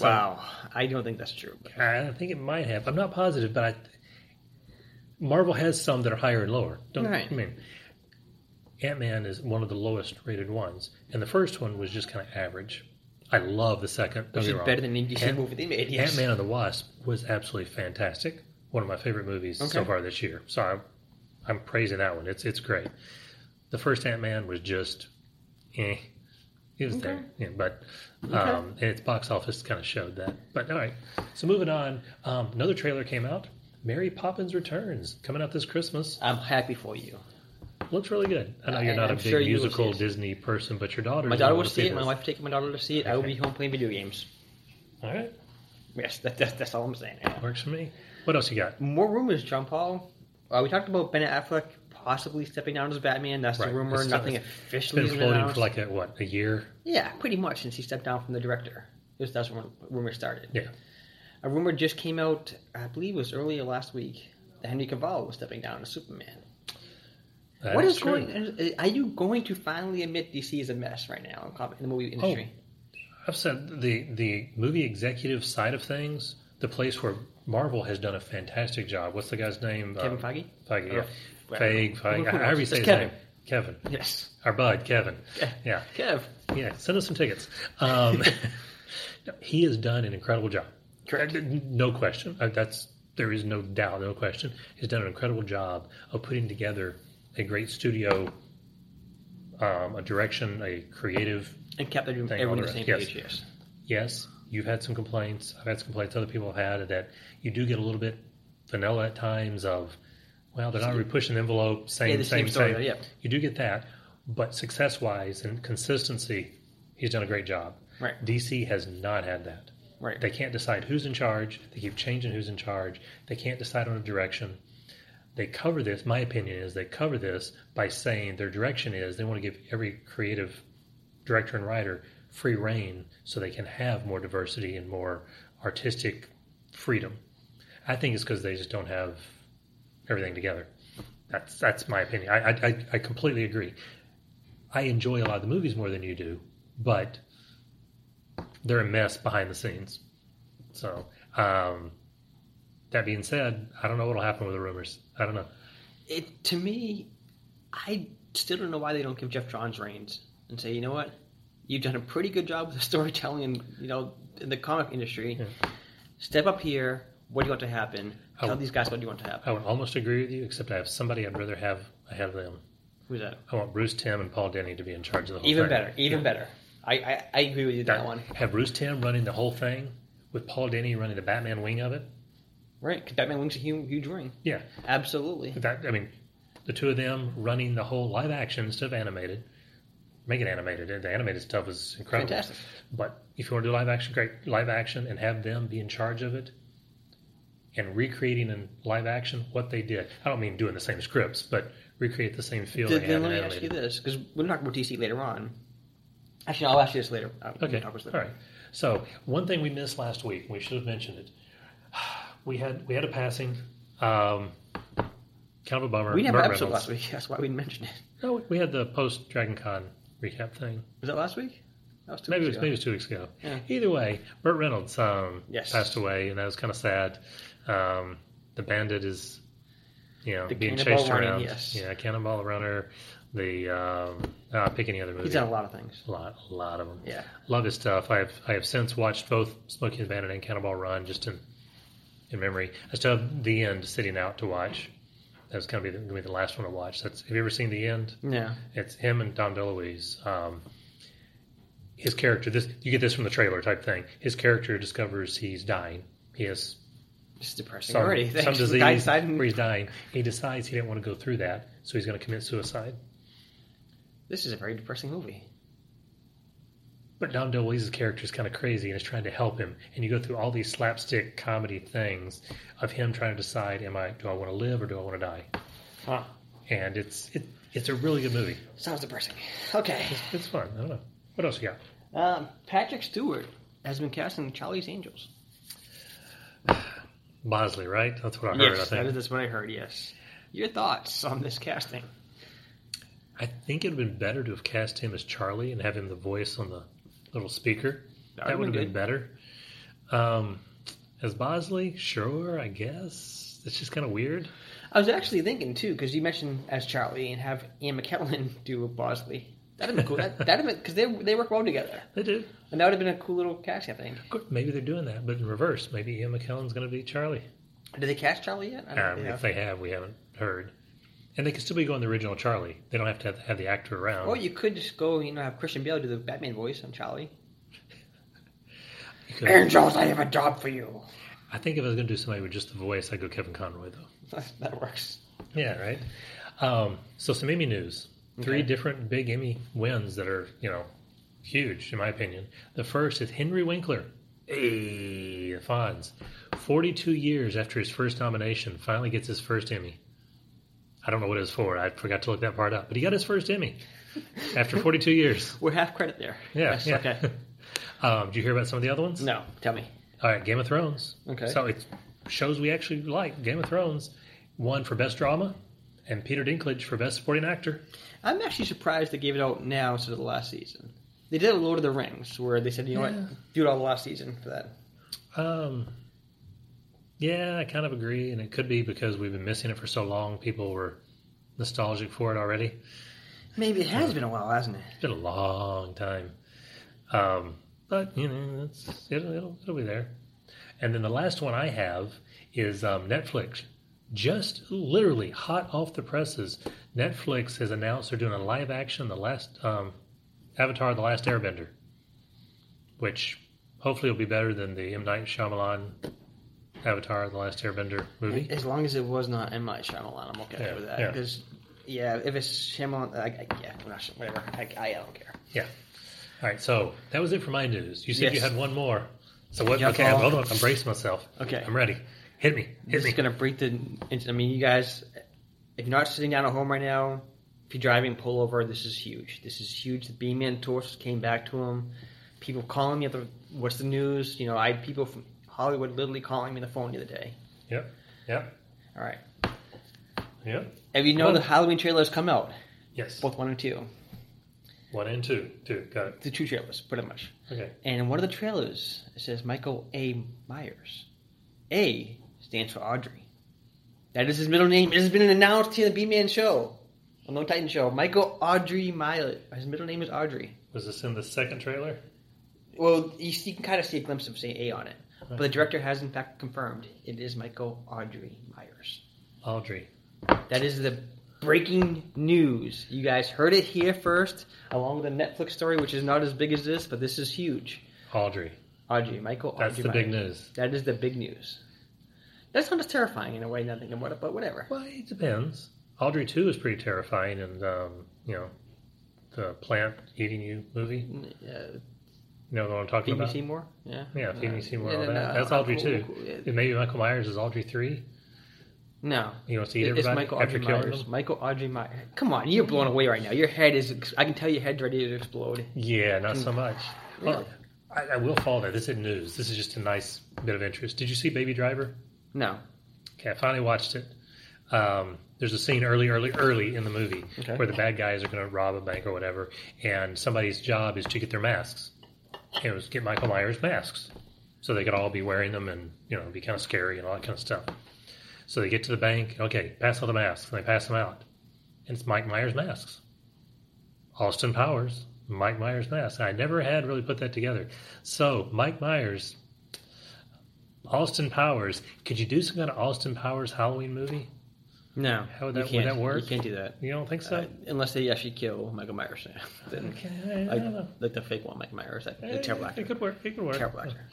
Speaker 1: wow, I don't think that's true. But
Speaker 2: I think it might have. I'm not positive, but I, Marvel has some that are higher and lower. Don't
Speaker 1: Right.
Speaker 2: I mean? Ant Man is one of the lowest rated ones, and the first one was just kind of average. I love the second.
Speaker 1: which
Speaker 2: Don't get
Speaker 1: is
Speaker 2: me wrong.
Speaker 1: better than any DC
Speaker 2: Ant-
Speaker 1: movie they made. Yes.
Speaker 2: Ant Man and the Wasp was absolutely fantastic. One of my favorite movies so
Speaker 1: Okay.
Speaker 2: far this year. So I'm, I'm praising that one. It's it's great. The first Ant Man was just, eh, it was there, yeah, but um, and its box office kind of showed that. But all right, so moving on. Um, another trailer came out. Mary Poppins Returns coming out this Christmas.
Speaker 1: I'm happy for you.
Speaker 2: Looks really good. I know
Speaker 1: Uh,
Speaker 2: you're
Speaker 1: and
Speaker 2: not
Speaker 1: I'm
Speaker 2: a big
Speaker 1: sure you will
Speaker 2: musical
Speaker 1: see it.
Speaker 2: Disney person, but your daughter.
Speaker 1: My
Speaker 2: is
Speaker 1: daughter
Speaker 2: one
Speaker 1: will
Speaker 2: of
Speaker 1: see it. My
Speaker 2: those
Speaker 1: wife taking my daughter to see it. I will
Speaker 2: Okay.
Speaker 1: be home playing video games.
Speaker 2: people. All right,
Speaker 1: Yes, that, that, that's all I'm saying. yeah.
Speaker 2: works for me. What else you got?
Speaker 1: More rumors, John Paul. Uh, we talked about Ben Affleck possibly stepping down as Batman. That's
Speaker 2: Right.
Speaker 1: the rumor.
Speaker 2: It's-
Speaker 1: Nothing
Speaker 2: it's- It's
Speaker 1: officially
Speaker 2: been
Speaker 1: has been
Speaker 2: floating
Speaker 1: announced.
Speaker 2: for like a, what a year.
Speaker 1: Yeah, pretty much since he stepped down from the director. Because that's when rumor started.
Speaker 2: Yeah.
Speaker 1: A rumor just came out, I believe it was earlier last week, that Henry Cavill was stepping down as Superman.
Speaker 2: That
Speaker 1: what is
Speaker 2: true.
Speaker 1: going? Are you going to finally admit DC is a mess right now in comic in the movie
Speaker 2: Oh,
Speaker 1: industry?
Speaker 2: I've said the the movie executive side of things, the place where Marvel has done a fantastic job. What's the guy's name?
Speaker 1: Kevin
Speaker 2: Uh,
Speaker 1: Feige.
Speaker 2: Feige. Yeah.
Speaker 1: Oh,
Speaker 2: Feig, Feig,
Speaker 1: Who
Speaker 2: however
Speaker 1: knows?
Speaker 2: you say
Speaker 1: It's
Speaker 2: his
Speaker 1: Kevin.
Speaker 2: name. Kevin.
Speaker 1: Yes,
Speaker 2: Our bud, Kevin. Yeah.
Speaker 1: Kev.
Speaker 2: Yeah. Send us some tickets. Um, he has done an incredible job.
Speaker 1: Correct.
Speaker 2: No question. Uh, That's there is no doubt, no question. He's done an incredible job of putting together a great studio, um, a direction, a creative
Speaker 1: And kept everyone
Speaker 2: Thank
Speaker 1: everyone
Speaker 2: all
Speaker 1: on
Speaker 2: the
Speaker 1: the same
Speaker 2: rest.
Speaker 1: page. Yes.
Speaker 2: yes, you've had some complaints. I've had some complaints other people have had that you do get a little bit vanilla at times of, well, they're not really pushing the envelope, same,
Speaker 1: Yeah, the
Speaker 2: same,
Speaker 1: same
Speaker 2: same.
Speaker 1: story, yeah.
Speaker 2: You do get that, but success wise and consistency, he's done a great job.
Speaker 1: Right.
Speaker 2: DC has not had that.
Speaker 1: Right.
Speaker 2: They can't decide who's in charge. They keep changing who's in charge. They can't decide on a direction. They cover this, my opinion is they cover this by saying their direction is they want to give every creative director and writer free reign so they can have more diversity and more artistic freedom. I think it's because they just don't have everything together. That's that's my opinion. I, I I- I completely agree. I enjoy a lot of the movies more than you do, but they're a mess behind the scenes. So um, that being said, I don't know what'll happen with the rumors. I don't know.
Speaker 1: It to me, I still don't know why they don't give Jeff Johns reins and say, you know what, you've done a pretty good job with the storytelling, and you know, in the comic industry. Step up here. What do you want to happen? Tell
Speaker 2: Oh.
Speaker 1: these guys what you want to happen.
Speaker 2: I would almost agree with you, except I have somebody I'd rather have ahead of them.
Speaker 1: Who's that?
Speaker 2: I want Bruce Tim and Paul Denny to be in charge of the whole
Speaker 1: Even
Speaker 2: thing.
Speaker 1: better. Even better. I, I I agree with you on that one.
Speaker 2: Have Bruce Tim running the whole thing with Paul Denny running the Batman wing of it.
Speaker 1: Right, 'cause Batman Wings a huge, huge ring.
Speaker 2: Yeah,
Speaker 1: Absolutely.
Speaker 2: that I mean, the two of them running the whole live action instead of animated. Make it animated. The animated stuff is incredible.
Speaker 1: Fantastic.
Speaker 2: But if you want to do live action, great live action, and have them be in charge of it, and recreating in live action what they did. I don't mean doing the same scripts, but recreate the same feel.
Speaker 1: Then,
Speaker 2: they
Speaker 1: then
Speaker 2: had
Speaker 1: let
Speaker 2: in
Speaker 1: me ask you
Speaker 2: animated.
Speaker 1: this, because we'll talk about DC later on. Actually, I'll ask you this later. Uh, we can
Speaker 2: Okay,
Speaker 1: talk about this
Speaker 2: all
Speaker 1: later.
Speaker 2: right. So one thing we missed last week, we should have mentioned it. We had we had a passing, um, kind of a bummer.
Speaker 1: We didn't have
Speaker 2: Burt
Speaker 1: an episode last
Speaker 2: Reynolds.
Speaker 1: week. That's why we didn't mention it.
Speaker 2: No, we had the post Dragon Con recap thing.
Speaker 1: Was that last week? That was two
Speaker 2: Maybe it
Speaker 1: weeks
Speaker 2: was,
Speaker 1: ago.
Speaker 2: maybe it was two weeks ago.
Speaker 1: Yeah.
Speaker 2: Either way, Burt Reynolds um,
Speaker 1: Yes.
Speaker 2: passed away, and that was kind of sad. Um, the bandit is, you know,
Speaker 1: The
Speaker 2: being
Speaker 1: Cannonball
Speaker 2: chased
Speaker 1: Runner,
Speaker 2: around.
Speaker 1: yes.
Speaker 2: Yeah, Cannonball Runner. The um, uh, pick any other movie.
Speaker 1: He's done a lot of things.
Speaker 2: a lot, a lot of them.
Speaker 1: Yeah.
Speaker 2: Love his stuff. I have I have since watched both Smoking the Bandit and Cannonball Run just in in memory. I still have The End sitting out to watch. That was gonna be the, gonna be the last one to watch. That's have you ever seen The End?
Speaker 1: Yeah.
Speaker 2: It's him and Don DeLuise. Um, his character, this you get this from the trailer type thing. His character discovers he's dying. He has
Speaker 1: It's depressing
Speaker 2: some,
Speaker 1: already.
Speaker 2: some
Speaker 1: Thanks.
Speaker 2: disease
Speaker 1: Guy died in-
Speaker 2: where he's dying. He decides he didn't want to go through that, so he's going to commit suicide.
Speaker 1: This is a very depressing movie.
Speaker 2: But Don DeLuise's character is kind of crazy and is trying to help him. And you go through all these slapstick comedy things of him trying to decide: Am I do I want to live or do I want to die?
Speaker 1: Huh.
Speaker 2: And it's it, it's a really good movie.
Speaker 1: Sounds depressing. Okay.
Speaker 2: It's fun. I don't know what else you got.
Speaker 1: Um, Patrick Stewart has been cast in Charlie's Angels.
Speaker 2: Bosley, right? That's what I heard. I
Speaker 1: Yes,
Speaker 2: think.
Speaker 1: that is that's what I heard, yes. Your thoughts on this casting?
Speaker 2: I think it would have been better to have cast him as Charlie and have him the voice on the little speaker. That,
Speaker 1: That would've
Speaker 2: would have
Speaker 1: been
Speaker 2: been, better. Um, as Bosley, sure, I guess. It's just kind of weird.
Speaker 1: I was actually thinking too, because you mentioned as Charlie and have Ian McKellen do Bosley. That'd have been cool. That, that'd have been because they they work well together,
Speaker 2: They do.
Speaker 1: and that would have been a cool little casting. I think.
Speaker 2: Of course, Maybe they're doing that, but in reverse. Maybe Ian McKellen's going to be Charlie.
Speaker 1: Did they cast Charlie yet? I
Speaker 2: Um,
Speaker 1: know.
Speaker 2: If they have, we haven't heard. And they can still be going the original Charlie. They don't have to have, have the actor around.
Speaker 1: Or you could just go, you know, have Christian Bale do the Batman voice on Charlie.
Speaker 2: You could-
Speaker 1: Angels, I have a job for you.
Speaker 2: I think if I was going to do somebody with just the voice, I'd go Kevin Conroy, though.
Speaker 1: that works.
Speaker 2: Yeah, right. Um, so some Emmy news. Three different big Emmy wins that are you know huge in my opinion. The first is Henry Winkler. Hey, the Fonz. Forty-two years after his first nomination, finally gets his first Emmy. I don't know what it was for. I forgot to look that part up, but he got his first Emmy after 42 years.
Speaker 1: We're half credit there.
Speaker 2: Yeah.
Speaker 1: Yes,
Speaker 2: yeah.
Speaker 1: Okay.
Speaker 2: um, did you hear about some of the other ones?
Speaker 1: No, tell me.
Speaker 2: All right, Game of Thrones.
Speaker 1: Okay.
Speaker 2: So it shows we actually like Game of Thrones. One for best drama, and Peter Dinklage for best supporting actor.
Speaker 1: I'm actually surprised they gave it out now instead of the last season. They did it with Lord of the Rings, where they said, you know
Speaker 2: Yeah.
Speaker 1: what, do it all the last season for that.
Speaker 2: Um, yeah, I kind of agree, and it could be because we've been missing it for so long. People were nostalgic for it already.
Speaker 1: Maybe it has been a while, hasn't it?
Speaker 2: It's been a long time. Um, but you know, it's, it'll, it'll it'll be there. And then the last one I have is um, Netflix. Just literally hot off the presses, Netflix has announced they're doing a live action the last um, Avatar: The Last Airbender, which hopefully will be better than the M Night Shyamalan Avatar: The Last Airbender movie.
Speaker 1: As long as it was not in my Shyamalan, I'm okay
Speaker 2: Yeah,
Speaker 1: with that.
Speaker 2: yeah.
Speaker 1: Because, yeah. if it's Shyamalan, I, I, yeah, I'm not sure, whatever. I, I don't care.
Speaker 2: Yeah. All right. So that was it for my news. You said you
Speaker 1: Yes.
Speaker 2: had one more. So what?
Speaker 1: Yeah,
Speaker 2: okay.
Speaker 1: Paul.
Speaker 2: Hold on. I'm bracing myself.
Speaker 1: Okay.
Speaker 2: I'm ready. Hit me. Hit
Speaker 1: This
Speaker 2: me.
Speaker 1: is going to break the. I mean, you guys, if you're not sitting down at home right now, if you're driving, pull over. This is huge. This is huge. The B man tours came back to him. People calling me at the. What's the news? You know, I had people from Hollywood literally calling me on the phone the other day.
Speaker 2: Yep. Yep.
Speaker 1: All right.
Speaker 2: Yep.
Speaker 1: And you know
Speaker 2: Well-
Speaker 1: the Halloween trailers come out,
Speaker 2: Yes.
Speaker 1: both one and two,
Speaker 2: One and two. Two. Got it.
Speaker 1: the two trailers, pretty much.
Speaker 2: Okay.
Speaker 1: And in one of the trailers, it says Michael A. Myers. A stands for Audrey. That is his middle name. It has been announced here on the B Man Show, on No Titan Show. Michael Audrey Myers. His middle name is Audrey.
Speaker 2: Was this in the second trailer?
Speaker 1: Well, you, see- you can kind of see a glimpse of saying A on it, but the
Speaker 2: Okay.
Speaker 1: director has in fact confirmed it is Michael Audrey Myers.
Speaker 2: Audrey.
Speaker 1: That is the breaking news. You guys heard it here first, along with the Netflix story, which is not as big as this, but this is huge.
Speaker 2: Audrey.
Speaker 1: Audrey, Michael.
Speaker 2: That's
Speaker 1: Audrey
Speaker 2: the
Speaker 1: Myers.
Speaker 2: big news.
Speaker 1: That is the big news. That's not as terrifying in a way, nothing about it, but whatever.
Speaker 2: Well, it depends. Audrey two is pretty terrifying, and um, you know, the plant eating you movie.
Speaker 1: Uh,
Speaker 2: You know what I'm talking
Speaker 1: Phoebe
Speaker 2: about?
Speaker 1: Seymour? Yeah.
Speaker 2: Yeah, Phoebe
Speaker 1: Uh,
Speaker 2: Seymour.
Speaker 1: yeah,
Speaker 2: all
Speaker 1: no,
Speaker 2: that.
Speaker 1: no,
Speaker 2: That's
Speaker 1: uh,
Speaker 2: Audrey
Speaker 1: cool,
Speaker 2: two.
Speaker 1: cool, yeah.
Speaker 2: And Maybe Michael Myers is Audrey three.
Speaker 1: No.
Speaker 2: He wants to eat
Speaker 1: It's
Speaker 2: everybody
Speaker 1: Michael
Speaker 2: after
Speaker 1: Audrey
Speaker 2: killing
Speaker 1: Myers.
Speaker 2: them.
Speaker 1: Michael Audrey Myers. Come on, you're blown away right now. Your head is. ex- I can tell your head's ready to explode.
Speaker 2: Yeah, not so much. Well,
Speaker 1: Really?
Speaker 2: I, I will follow that. This isn't news. This is just a nice bit of interest. Did you see Baby Driver?
Speaker 1: No.
Speaker 2: Okay, I finally watched it. Um, there's a scene early, early, early in the movie
Speaker 1: Okay.
Speaker 2: where the bad guys are going to rob a bank or whatever, and somebody's job is to get their masks. And It was get Michael Myers masks, so they could all be wearing them and you know be kind of scary and all that kind of stuff. So they get to the bank. Okay, pass all the masks, and they pass them out, and it's Mike Myers masks. Austin Powers, Mike Myers mask. I never had really put that together. So Mike Myers Austin Powers. Could you do some kind of Austin Powers Halloween movie?
Speaker 1: No.
Speaker 2: How would
Speaker 1: You
Speaker 2: that- would
Speaker 1: can't.
Speaker 2: that work?
Speaker 1: You can't do that.
Speaker 2: You don't think so?
Speaker 1: Uh, unless they actually kill Michael Myers. then,
Speaker 2: okay, I, I
Speaker 1: like,
Speaker 2: don't know.
Speaker 1: like the fake one, Michael Myers. That, the terrible
Speaker 2: Eh,
Speaker 1: actor.
Speaker 2: It could work. It could work.
Speaker 1: Terrible actor.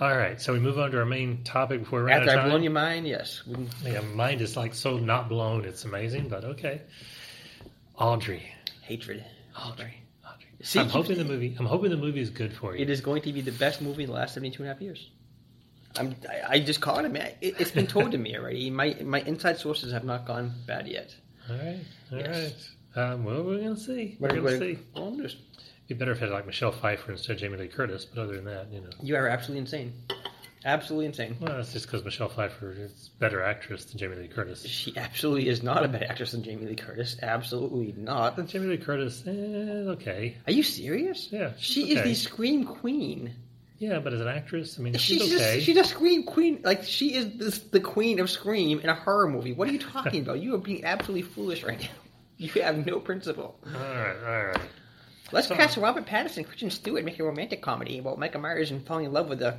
Speaker 2: All right, so we move on to our main topic before we're out
Speaker 1: After
Speaker 2: of
Speaker 1: I've
Speaker 2: time.
Speaker 1: blown your mind, yes. we can-
Speaker 2: Yeah, mind is like so not blown. It's amazing, but okay. Audrey,
Speaker 1: Hatred.
Speaker 2: Audrey, Audrey.
Speaker 1: See,
Speaker 2: I'm
Speaker 1: you-
Speaker 2: hoping the movie. I'm hoping the movie is good for you.
Speaker 1: It is going to be the best movie in the last 72 and a half years. I'm, I, I just called it, man. It, it's been told to me already. My my inside sources have not gone bad yet.
Speaker 2: All right, all right.
Speaker 1: Yes.
Speaker 2: Um, well, we're gonna see. We're
Speaker 1: But-
Speaker 2: gonna
Speaker 1: but-
Speaker 2: see.
Speaker 1: well, I'm just-
Speaker 2: It'd be better if it had like Michelle Pfeiffer instead of Jamie Lee Curtis, but other than that, you know.
Speaker 1: you are absolutely insane. Absolutely insane.
Speaker 2: Well, that's just because Michelle Pfeiffer is a better actress than Jamie Lee Curtis.
Speaker 1: She absolutely is not a better actress than Jamie Lee Curtis. Absolutely not.
Speaker 2: Uh, Jamie Lee Curtis, eh, okay.
Speaker 1: Are you serious?
Speaker 2: Yeah,
Speaker 1: She
Speaker 2: okay.
Speaker 1: is the scream queen.
Speaker 2: Yeah, but as an actress, I mean, she's,
Speaker 1: She's
Speaker 2: okay.
Speaker 1: just, she's a scream queen. Like she is the, the queen of scream in a horror movie. What are you talking about? You are being absolutely foolish right now. You have no principle.
Speaker 2: All right, all right.
Speaker 1: Let's
Speaker 2: So-
Speaker 1: cast Robert Pattinson, Christian Stewart, make a romantic comedy about Michael Myers and falling in love with a.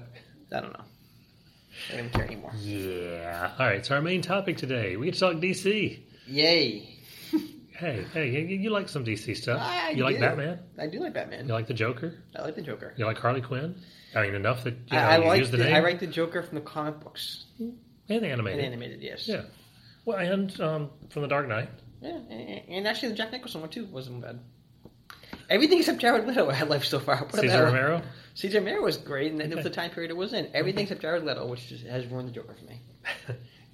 Speaker 1: I don't know. I don't even care anymore.
Speaker 2: Yeah. All right, so our main topic today, we get to talk DC.
Speaker 1: Yay!
Speaker 2: Hey, hey, you, you like some DC stuff.
Speaker 1: I
Speaker 2: you like
Speaker 1: do.
Speaker 2: Batman?
Speaker 1: I do like Batman.
Speaker 2: You like the Joker?
Speaker 1: I like the Joker.
Speaker 2: You like Harley Quinn? I mean, enough that you, know,
Speaker 1: I, I
Speaker 2: you
Speaker 1: like
Speaker 2: use the,
Speaker 1: the,
Speaker 2: name
Speaker 1: I like the Joker from the comic books
Speaker 2: and animated.
Speaker 1: and animated. Yes.
Speaker 2: Yeah. Well, and um, from The Dark Knight.
Speaker 1: Yeah, and, and actually the Jack Nicholson one too wasn't bad. Everything except Jared Leto I love so far. What about
Speaker 2: Cesar
Speaker 1: that?
Speaker 2: Romero.
Speaker 1: Cesar Romero was great, and then
Speaker 2: Okay.
Speaker 1: the time period it was in. Everything except Jared Leto, which just has ruined the Joker for me.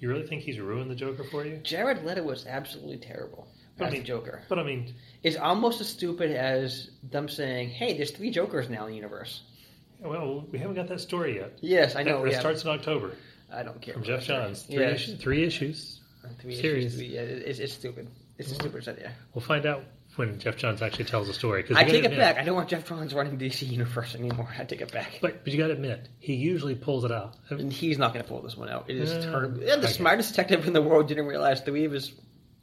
Speaker 2: you really think he's ruined the Joker for you?
Speaker 1: Jared Leto was absolutely terrible
Speaker 2: But I
Speaker 1: as the
Speaker 2: mean-
Speaker 1: Joker.
Speaker 2: But I mean,
Speaker 1: It's almost as stupid as them saying, "Hey, there's three Jokers now in the universe."
Speaker 2: well, we haven't got that story yet.
Speaker 1: Yes, I
Speaker 2: That-
Speaker 1: know.
Speaker 2: That
Speaker 1: yeah.
Speaker 2: starts in October
Speaker 1: I don't care.
Speaker 2: from Jeff Johns. Three,
Speaker 1: Yeah.
Speaker 2: issues, three issues.
Speaker 1: Three issues,
Speaker 2: Serious.
Speaker 1: three- yeah, it- it's, it's stupid. It's a
Speaker 2: Mm-hmm.
Speaker 1: stupid idea.
Speaker 2: We'll find out when Jeff Johns actually tells the story. 'cause
Speaker 1: I
Speaker 2: you
Speaker 1: take it
Speaker 2: gotta admit-
Speaker 1: back. I don't want Jeff Johns running DC Universe anymore. I take it back.
Speaker 2: But, but you got to admit, he usually pulls it out.
Speaker 1: And he's not going to pull this one out. It is
Speaker 2: Uh,
Speaker 1: terrible. Yeah, the
Speaker 2: okay.
Speaker 1: smartest detective in the world didn't realize three of his,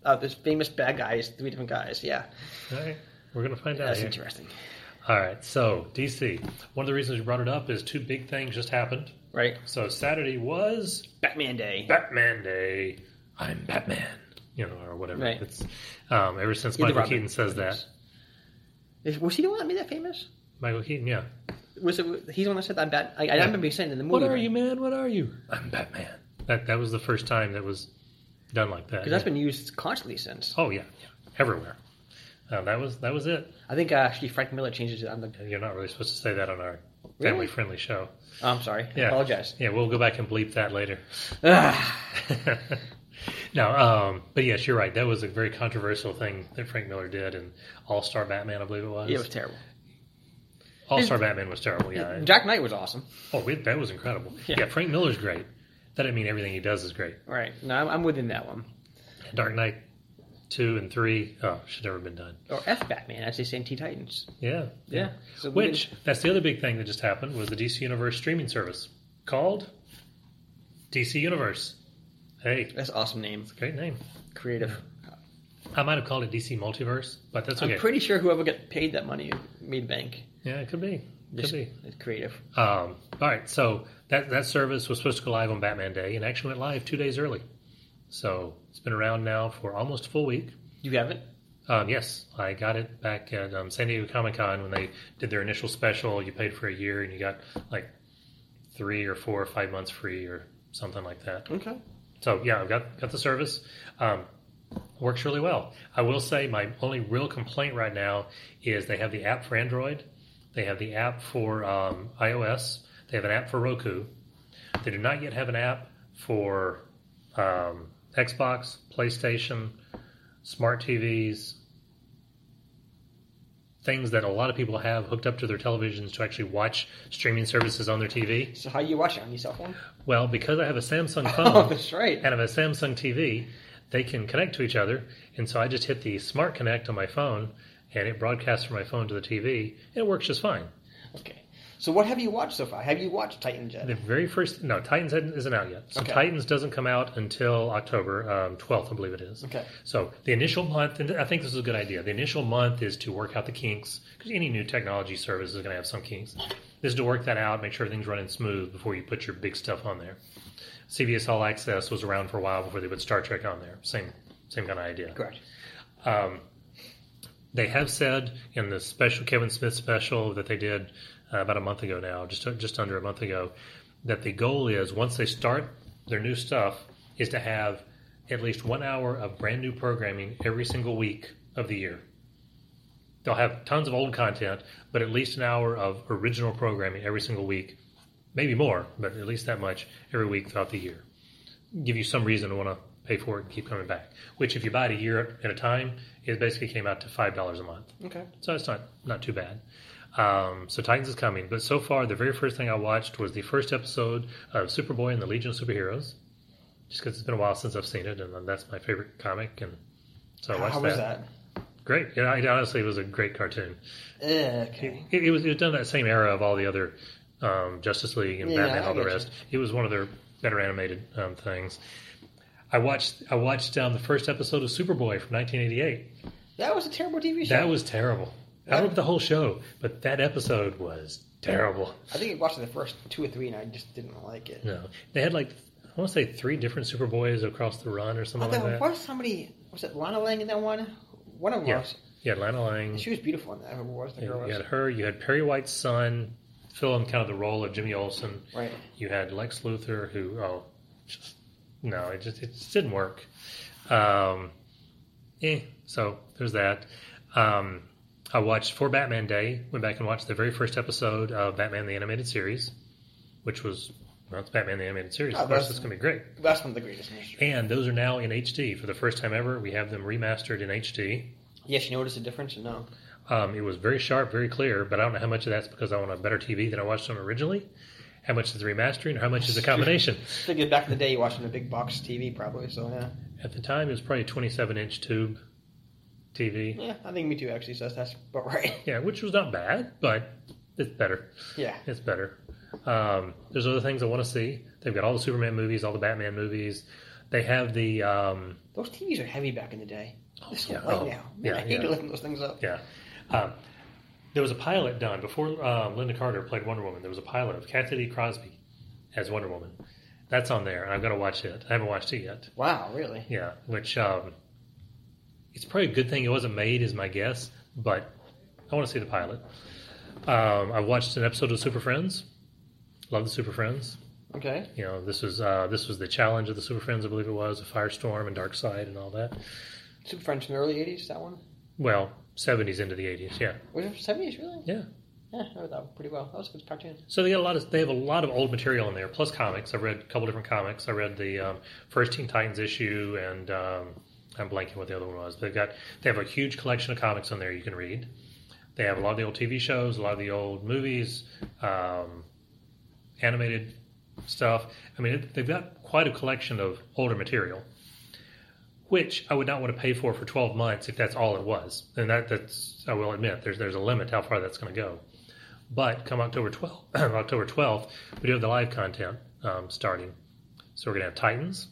Speaker 1: uh, this famous bad guys, three different guys. Yeah,
Speaker 2: All right, we're gonna find out.
Speaker 1: that's
Speaker 2: Here.
Speaker 1: interesting,
Speaker 2: All right, so DC. One of the reasons we brought it up is two big things just happened.
Speaker 1: right?
Speaker 2: So Saturday was
Speaker 1: Batman Day.
Speaker 2: Batman Day. I'm Batman. You know, or whatever.
Speaker 1: Right.
Speaker 2: It's um, ever since
Speaker 1: You're the
Speaker 2: Michael
Speaker 1: Robin.
Speaker 2: Keaton says that.
Speaker 1: Is- was he the one that made that famous?
Speaker 2: Michael Keaton, yeah.
Speaker 1: Was it? He's the one that said that. Bat- I, I remember he saying it in the movie.
Speaker 2: What are you, man? What are you? I'm Batman. That that was the first time that was done like that.
Speaker 1: Because that's been used constantly since.
Speaker 2: oh yeah, yeah. everywhere. Uh, that was that was it.
Speaker 1: I think uh, actually Frank Miller changes it. I'm, the,
Speaker 2: You're not really supposed to say that on our
Speaker 1: Really?
Speaker 2: family friendly show.
Speaker 1: oh, I'm sorry.
Speaker 2: Yeah.
Speaker 1: I apologize.
Speaker 2: Yeah, we'll go back and bleep that later.
Speaker 1: Ugh.
Speaker 2: no, um, but yes, you're right. That was a very controversial thing that Frank Miller did in All Star Batman, I believe it was.
Speaker 1: it was terrible.
Speaker 2: All Star Batman was terrible. Yeah.
Speaker 1: Jack Knight was awesome.
Speaker 2: Oh, it, that was incredible.
Speaker 1: Yeah.
Speaker 2: Yeah. Frank Miller's great. That didn't mean everything he does is great.
Speaker 1: Right. No, I'm, I'm within that one.
Speaker 2: Dark Knight two and three, oh, should never have been done.
Speaker 1: Or F Batman, as they say in Teen Titans.
Speaker 2: Yeah.
Speaker 1: Yeah. So we
Speaker 2: Which that's the other big thing that just happened was the DC Universe streaming service called DC Universe. Hey,
Speaker 1: That's an awesome name.
Speaker 2: great name.
Speaker 1: Creative.
Speaker 2: I might have called it DC Multiverse, but that's okay.
Speaker 1: I'm pretty sure whoever got paid that money made bank.
Speaker 2: yeah, it could be. Could
Speaker 1: Just
Speaker 2: be.
Speaker 1: it's creative.
Speaker 2: Um, all right, so that that service was supposed to go live on Batman Day and actually went live two days early. So it's been around now for almost a full week.
Speaker 1: You haven't?
Speaker 2: Um, yes, I got it back at um, San Diego Comic Con when they did their initial special. You paid for a year and you got like three or four or five months free or something like that.
Speaker 1: Okay.
Speaker 2: So yeah, I've got got the service. Um, works really well. I will say my only real complaint right now is they have the app for Android, they have the app for um, iOS, they have an app for Roku. They do not yet have an app for um, Xbox, PlayStation, smart TVs. Things that a lot of people have hooked up to their televisions to actually watch streaming services on their TV.
Speaker 1: So how you watch it on your cell phone?
Speaker 2: Well, because I have a Samsung phone,
Speaker 1: Oh, that's right.
Speaker 2: and of a Samsung TV, they can connect to each other. And so I just hit the Smart Connect on my phone, and it broadcasts from my phone to the TV, and it works just fine.
Speaker 1: Okay. So what have you watched so far? Have you watched Titan Jet?
Speaker 2: The very first, no, Titans hadn't- isn't out yet. So
Speaker 1: Okay.
Speaker 2: Titans doesn't come out until October um, 12th, I believe it is.
Speaker 1: Okay.
Speaker 2: So the initial month, and I think this is a good idea. The initial month is to work out the kinks because any new technology service is going to have some kinks. This is to work that out, make sure everything's running smooth before you put your big stuff on there. CBS All Access was around for a while before they put Star Trek on there. Same, same kind of idea.
Speaker 1: Correct.
Speaker 2: Um, they have said in the special Kevin Smith special that they did uh, about a month ago now, just just under a month ago, that the goal is once they start their new stuff is to have at least one hour of brand new programming every single week of the year. They'll have tons of old content, but at least an hour of original programming every single week, maybe more, but at least that much every week throughout the year give you some reason to want to pay for it and keep coming back. Which, if you buy it a year at a time, it basically came out to five dollars a month.
Speaker 1: Okay.
Speaker 2: So it's not not too bad. Um, so Titans is coming, but so far the very first thing I watched was the first episode of Superboy and the Legion of Superheroes. Just because it's been a while since I've seen it, and that's my favorite comic, and so I watched
Speaker 1: how was that?
Speaker 2: Great, yeah, it honestly was a great cartoon.
Speaker 1: Eh, okay.
Speaker 2: It, it was it was done that same era of all the other um, Justice League and
Speaker 1: Yeah,
Speaker 2: Batman,
Speaker 1: I
Speaker 2: all the
Speaker 1: get you.
Speaker 2: rest. It was one of their better animated um, things. I watched I watched um, the first episode of Superboy from 1988.
Speaker 1: That was a terrible TV show.
Speaker 2: That was terrible. I don't know about the whole show, but that episode was terrible.
Speaker 1: I think I watched the first two or three and I just didn't like it.
Speaker 2: No, they had like I want to say three different Superboys across the run or
Speaker 1: Oh,
Speaker 2: something
Speaker 1: there
Speaker 2: like that.
Speaker 1: was somebody. Was it Lana Lang in that one? One of them
Speaker 2: Yeah.
Speaker 1: was.
Speaker 2: You had Lana Lang.
Speaker 1: She was beautiful in that. Whoever was the girl
Speaker 2: You
Speaker 1: was.
Speaker 2: had her. You had Perry White's son fill in kind of the role of Jimmy Olsen.
Speaker 1: Right.
Speaker 2: You had Lex Luthor, who oh, just no, it just it just didn't work. Um, eh. So there's that. Um, I watched for Batman Day. Went back and watched the very first episode of Batman the Animated Series, which was well, it's Batman the Animated Series.
Speaker 1: Oh,
Speaker 2: of course,
Speaker 1: that's-
Speaker 2: it's gonna be great.
Speaker 1: That's one of the greatest. in history.
Speaker 2: And those are now in HD for the first time ever. We have them remastered in HD.
Speaker 1: Yes, you notice a difference? No.
Speaker 2: Um, it was very sharp, very clear, but I don't know how much of that's because I want a better TV than I watched on originally. How much is the remastering? How much is the combination?
Speaker 1: Figured back in the day, you're watching a big box TV, probably. So yeah,
Speaker 2: At the time, it was probably a 27 inch tube TV.
Speaker 1: yeah. I think me too. Actually, so that's, that's about right.
Speaker 2: Yeah, which was not bad, but it's better.
Speaker 1: Yeah.
Speaker 2: It's better. Um, there's other things I want to see. They've got all the Superman movies, all the Batman movies. They have the um,
Speaker 1: Those TVs are heavy back in the day. They're so
Speaker 2: yeah,
Speaker 1: light now.
Speaker 2: oh,
Speaker 1: Man,
Speaker 2: yeah,
Speaker 1: I hate
Speaker 2: yeah.
Speaker 1: lifting those things up.
Speaker 2: yeah. Um, there was a pilot done before um, Linda Carter played Wonder Woman. There was a pilot of Kathleen Crosby as Wonder Woman. That's on there, and I've got to watch it. I haven't watched it yet.
Speaker 1: Wow, really?
Speaker 2: Yeah, which um, it's probably a good thing it wasn't made, is my guess. But I want to see the pilot. Um, I watched an episode of Super Friends. Love the Super Friends.
Speaker 1: Okay.
Speaker 2: You know, this was uh, this was the challenge of the Super Friends, I believe it was, a Firestorm and Dark Side and all that.
Speaker 1: Super Friends from the early '80s. That one
Speaker 2: Well, seventies into the eighties, yeah,
Speaker 1: was it '70s, really?
Speaker 2: yeah.
Speaker 1: Yeah, I remember that one pretty well. That was a good cartoon.
Speaker 2: So they got a lot of they have a lot of old material in there, plus comics. I read a couple different comics. I read the um, first Teen Titans issue, and um, I'm blanking what the other one was. They've got they have a huge collection of comics on there you can read. They have a lot of the old TV shows, a lot of the old movies, um, animated stuff. I mean, it, they've got quite a collection of older material, which I would not want to pay for for 12 months if that's all it was. And that that's I will admit there's there's a limit how far that's going to go. But come October 12th, October 12th, we do have the live content um, starting. So we're going to have Titans.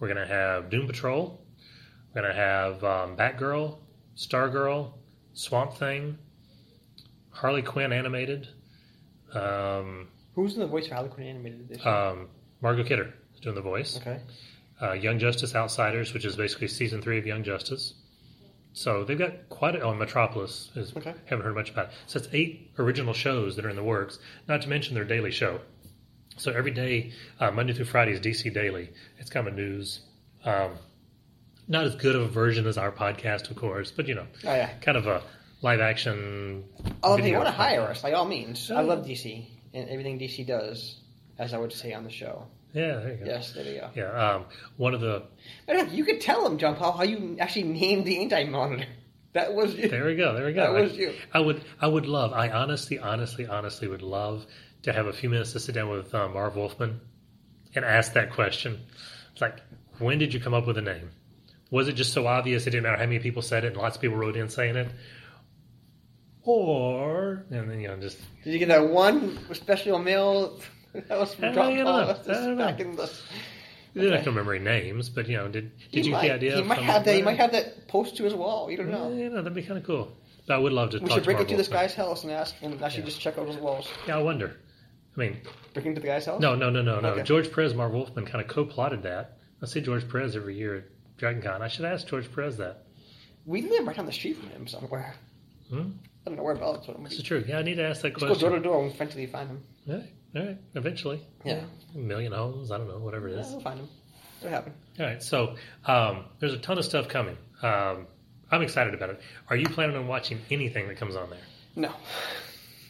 Speaker 2: We're going to have Doom Patrol. We're going to have um, Batgirl, Stargirl, Swamp Thing, Harley Quinn animated, um,
Speaker 1: Who's in the voice for Harley Quinn animated edition?
Speaker 2: um, Margot Kidder is doing the voice,
Speaker 1: okay.
Speaker 2: uh, Young Justice Outsiders, which is basically season three of Young Justice. So they've got quite a, oh, Metropolis is
Speaker 1: Okay.
Speaker 2: haven't heard much about it. So it's eight original shows that are in the works, not to mention their daily show. So every day, uh, Monday through Friday is DC Daily. It's kind of news. Um, not as good of a version as our podcast, of course, but you know,
Speaker 1: Oh yeah.
Speaker 2: kind of a live action.
Speaker 1: Although if they
Speaker 2: video
Speaker 1: want to
Speaker 2: content.
Speaker 1: hire us, by all means.
Speaker 2: Oh,
Speaker 1: I
Speaker 2: yeah.
Speaker 1: love DC and everything DC does, as I would say on the show.
Speaker 2: Yeah, there you go.
Speaker 1: Yes, there we go.
Speaker 2: Yeah, um, one of the
Speaker 1: Matter of fact, you could tell them, John Paul, how you actually named the Anti Monitor. That was you.
Speaker 2: There we go. There we
Speaker 1: That
Speaker 2: go.
Speaker 1: was
Speaker 2: I,
Speaker 1: you.
Speaker 2: I would. I would love. I honestly, honestly, honestly would love to have a few minutes to sit down with uh, Marv Wolfman and ask that question. It's like, when did you come up with a name? Was it just so obvious it didn't matter how many people said it and lots of people wrote in saying it, or and then you know just
Speaker 1: Did you get that one special mail? That was
Speaker 2: I
Speaker 1: from John
Speaker 2: don't
Speaker 1: Paul.
Speaker 2: know.
Speaker 1: That's
Speaker 2: I don't
Speaker 1: back
Speaker 2: know.
Speaker 1: in the.
Speaker 2: you didn't have
Speaker 1: Okay.
Speaker 2: to remember any names, but you know, did
Speaker 1: He
Speaker 2: did you get
Speaker 1: might-
Speaker 2: the idea?
Speaker 1: He
Speaker 2: of
Speaker 1: might
Speaker 2: some-
Speaker 1: have that. He might have that post to his wall. You don't
Speaker 2: Yeah,
Speaker 1: know.
Speaker 2: yeah, that'd be kind of cool. But I would love to
Speaker 1: We
Speaker 2: talk
Speaker 1: should
Speaker 2: to
Speaker 1: break
Speaker 2: Marv
Speaker 1: into this
Speaker 2: Wolfman.
Speaker 1: guy's house and ask him. Actually,
Speaker 2: Yeah.
Speaker 1: just check out his walls.
Speaker 2: Yeah, I wonder. I mean,
Speaker 1: Break into the guy's house.
Speaker 2: No, no, no, no, no.
Speaker 1: Okay.
Speaker 2: George Perez, Marv Wolfman kind of co-plotted that. I see George Perez every year at Dragon Con. I should ask George Perez that.
Speaker 1: We live right down the street from him somewhere.
Speaker 2: Hmm?
Speaker 1: I don't know where about. So
Speaker 2: This
Speaker 1: let's
Speaker 2: is true. Yeah, I need to ask that
Speaker 1: go door
Speaker 2: question.
Speaker 1: to door and eventually find him.
Speaker 2: All right, all right. Eventually.
Speaker 1: Yeah.
Speaker 2: A million homes. I don't know. Whatever it
Speaker 1: Yeah,
Speaker 2: is.
Speaker 1: we'll find him. It'll happen.
Speaker 2: All right. So um, there's a ton of stuff coming. Um, I'm excited about it. Are you planning on watching anything that comes on there?
Speaker 1: No.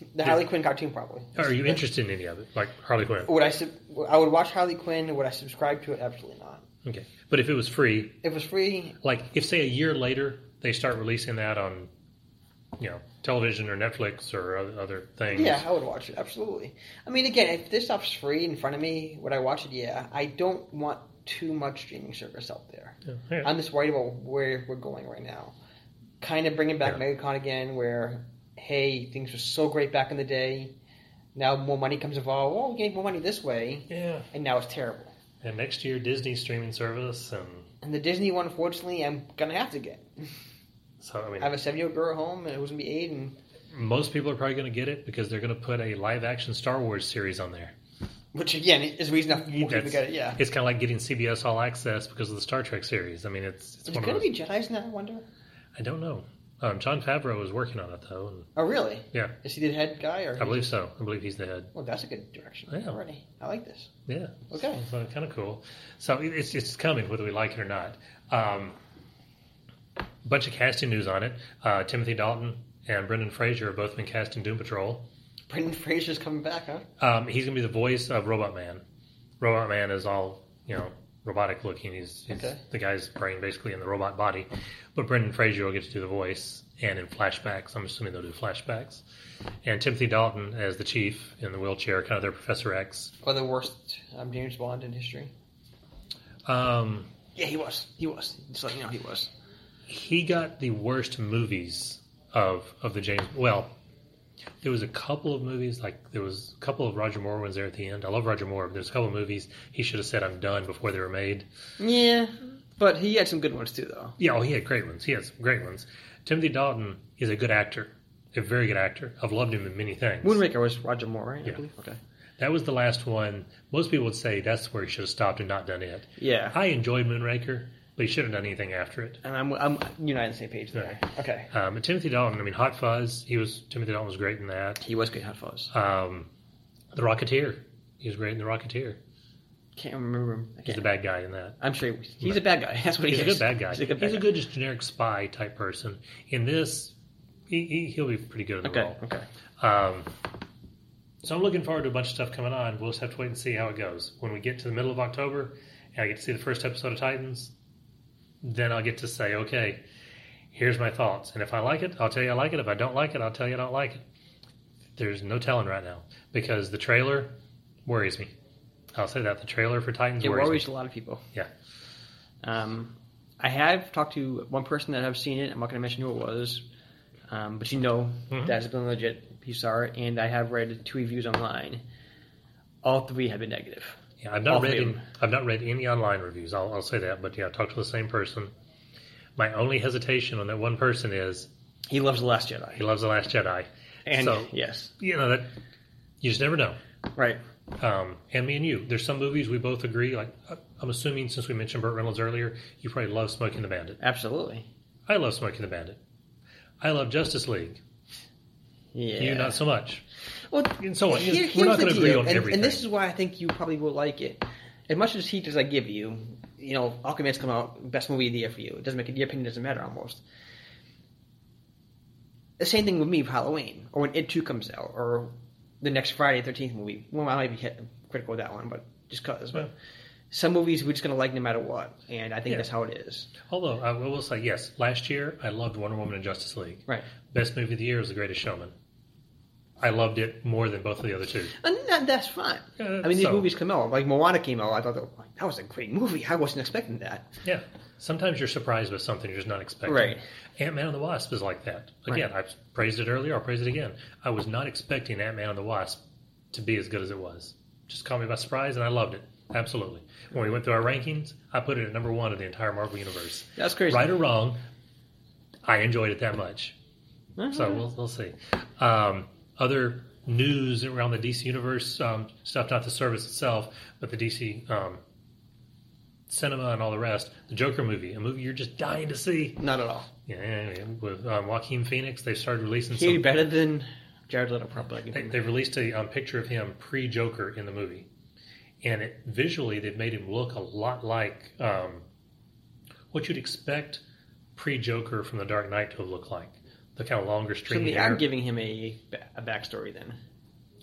Speaker 1: The
Speaker 2: Yeah. Oh,
Speaker 1: Harley Quinn cartoon, probably.
Speaker 2: Are you interested in any of it, like Harley Quinn?
Speaker 1: Would I? Sub- I would watch Harley Quinn. Would I subscribe to it? Absolutely not.
Speaker 2: Okay. But if it was free,
Speaker 1: If it was free,
Speaker 2: like if say a year later they start releasing that on, you know, television or Netflix or other- other things.
Speaker 1: yeah, I would watch it. Absolutely. I mean, again, if this stuff's free in front of me, would I watch it? Yeah. I don't want too much streaming service out there.
Speaker 2: Yeah. All right.
Speaker 1: I'm just worried about where we're going right now. Kind of bringing back
Speaker 2: Yeah.
Speaker 1: MegaCon again, where hey, things were so great back in the day. Now more money comes involved. Well, we gave more money this way,
Speaker 2: Yeah.
Speaker 1: and now it's terrible.
Speaker 2: And next year, Disney streaming service, and
Speaker 1: And the Disney one, unfortunately, I'm gonna have to get.
Speaker 2: so I mean,
Speaker 1: I have a seven-year-old girl at home, and it was gonna be eight, and
Speaker 2: most people are probably going to get it because they're going to put a live-action Star Wars series on there.
Speaker 1: Which again is reason enough for people to
Speaker 2: That's-
Speaker 1: get it. Yeah,
Speaker 2: It's kind of like getting CBS All Access because of the Star Trek series. I mean, it's
Speaker 1: is
Speaker 2: it's
Speaker 1: it
Speaker 2: one of
Speaker 1: going to
Speaker 2: those.
Speaker 1: be Jedi's now? I wonder.
Speaker 2: I don't know. Um, John Favreau is working on it though. And
Speaker 1: Oh, really?
Speaker 2: Yeah.
Speaker 1: Is he the head guy or?
Speaker 2: I believe so. I believe he's the head.
Speaker 1: Well, that's a good direction
Speaker 2: Yeah.
Speaker 1: already. I like this.
Speaker 2: Yeah.
Speaker 1: Okay.
Speaker 2: So kind of cool. So it- it's it's coming whether we like it or not. Um, bunch of casting news on it. Uh, Timothy Dalton and Brendan Fraser have both been cast in Doom Patrol.
Speaker 1: Brendan Fraser's coming back, huh?
Speaker 2: Um, he's gonna be the voice of Robot Man. Robot Man is all you know, robotic looking. He's, he's
Speaker 1: Okay.
Speaker 2: the guy's brain basically in the robot body, but Brendan Fraser will get to do the voice and in flashbacks. I'm assuming they'll do flashbacks. And Timothy Dalton as the chief in the wheelchair, kind of their Professor X.
Speaker 1: Or the worst um, James Bond in history.
Speaker 2: Um,
Speaker 1: Yeah, he was. He was. Just letting you know, he was.
Speaker 2: he got the worst movies of of the James. Well, there was a couple of movies like there was a couple of Roger Moore ones there at the end. I love Roger Moore, but there's a couple of movies he should have said I'm done before they were made.
Speaker 1: Yeah, but he had some good ones too, though.
Speaker 2: Yeah, oh, he had great ones. He had some great ones. Timothy Dalton is a good actor, a very good actor. I've loved him in many things.
Speaker 1: Moonraker was Roger Moore, right? I
Speaker 2: Yeah.
Speaker 1: believe. Okay.
Speaker 2: That was the last one. Most people would say that's where he should have stopped and not done it.
Speaker 1: Yeah.
Speaker 2: I enjoyed Moonraker, but he shouldn't have done anything after it.
Speaker 1: and I'm, I'm you and I on the same page there. Okay.
Speaker 2: Um, and Timothy Dalton, I mean, Hot Fuzz. He was Timothy Dalton was great in that.
Speaker 1: He was good Hot Fuzz.
Speaker 2: Um, the Rocketeer. He was great in The Rocketeer.
Speaker 1: Can't remember him. I
Speaker 2: He's
Speaker 1: can't.
Speaker 2: the bad guy in that.
Speaker 1: I'm sure he was. he's a bad guy. That's what he
Speaker 2: He's a
Speaker 1: is.
Speaker 2: good bad guy.
Speaker 1: He's a good bad guy.
Speaker 2: just generic spy type person. In this, he, he he'll be pretty good in the
Speaker 1: Okay.
Speaker 2: role.
Speaker 1: Okay.
Speaker 2: Um, so I'm looking forward to a bunch of stuff coming on. We'll just have to wait and see how it goes. When we get to the middle of October and I get to see the first episode of Titans, then I'll get to say, okay, here's my thoughts. And if I like it, I'll tell you I like it. If I don't like it, I'll tell you I don't like it. There's no telling right now because the trailer worries me. I'll say that the trailer for Titans
Speaker 1: It
Speaker 2: worries,
Speaker 1: worries
Speaker 2: me.
Speaker 1: a lot of people.
Speaker 2: Yeah.
Speaker 1: Um, I have talked to one person that I've seen it. I'm not going to mention who it was, um, but you know
Speaker 2: Mhm.
Speaker 1: that's been legit. He saw it, and I have read two reviews online. All three have been negative.
Speaker 2: Yeah, I've not
Speaker 1: Off
Speaker 2: read
Speaker 1: him.
Speaker 2: any, I've not read any online reviews. I'll, I'll say that, but yeah, I talked to the same person. My only hesitation on that one person is
Speaker 1: He loves the Last Jedi,
Speaker 2: he loves the Last Jedi,
Speaker 1: and
Speaker 2: so
Speaker 1: yes,
Speaker 2: you know that you just never know.
Speaker 1: right,
Speaker 2: Um, and me and you, there's some movies we both agree. Like uh, I'm assuming since we mentioned Burt Reynolds earlier, you probably love Smoking the Bandit.
Speaker 1: absolutely.
Speaker 2: I love Smoking the Bandit. I love Justice League.
Speaker 1: Yeah,
Speaker 2: You not so much.
Speaker 1: Well,
Speaker 2: And so on.
Speaker 1: here-
Speaker 2: We're
Speaker 1: here's
Speaker 2: not
Speaker 1: the
Speaker 2: gonna agree
Speaker 1: deal,
Speaker 2: on
Speaker 1: and,
Speaker 2: everything.
Speaker 1: And this is why I think you probably will like it. As much as heat as I give you, you know, Aquaman's come out best movie of the year for you. It doesn't make your opinion doesn't matter almost. The same thing with me with Halloween, or when It Two comes out, or the next Friday Thirteenth movie. Well, I might be hit, critical with that one, but just cause. But some movies we're just gonna like no matter what, and I think
Speaker 2: Yeah.
Speaker 1: that's how it is.
Speaker 2: Although I will say yes, last year I loved Wonder Woman and Justice League.
Speaker 1: Right.
Speaker 2: Best movie of the year is The Greatest Showman. I loved it more than both of the other two.
Speaker 1: And that, that's fine.
Speaker 2: Yeah,
Speaker 1: I mean, these
Speaker 2: so-
Speaker 1: movies come out. Like Moana came out. I thought that, that was a great movie. I wasn't expecting that.
Speaker 2: Yeah. Sometimes you're surprised with something you're just not expecting.
Speaker 1: Right.
Speaker 2: Ant Man and the Wasp is like that. Again, I praised it earlier. I'll praise it again. I was not expecting Ant Man and the Wasp to be as good as it was. Just caught me by surprise, and I loved it. Absolutely. When we went through our rankings, I put it at number one of the entire Marvel universe.
Speaker 1: That's crazy.
Speaker 2: Right or wrong, I enjoyed it that much. So we'll, we'll see. Um, other news around the DC universe um, stuff, not the service itself, but the DC um, cinema and all the rest. The Joker movie, a movie you're just dying to see.
Speaker 1: Not at all.
Speaker 2: Yeah, yeah, yeah. with um, Joaquin Phoenix, they started releasing.
Speaker 1: He
Speaker 2: Some,
Speaker 1: better than Jared Leto, probably.
Speaker 2: they, they released a um, picture of him pre-Joker in the movie, and it, visually they've made him look a lot like um, what you'd expect pre-Joker from The Dark Knight to look like. The kind of longer
Speaker 1: so
Speaker 2: stringy
Speaker 1: they
Speaker 2: hair.
Speaker 1: are giving him a, ba- a backstory then,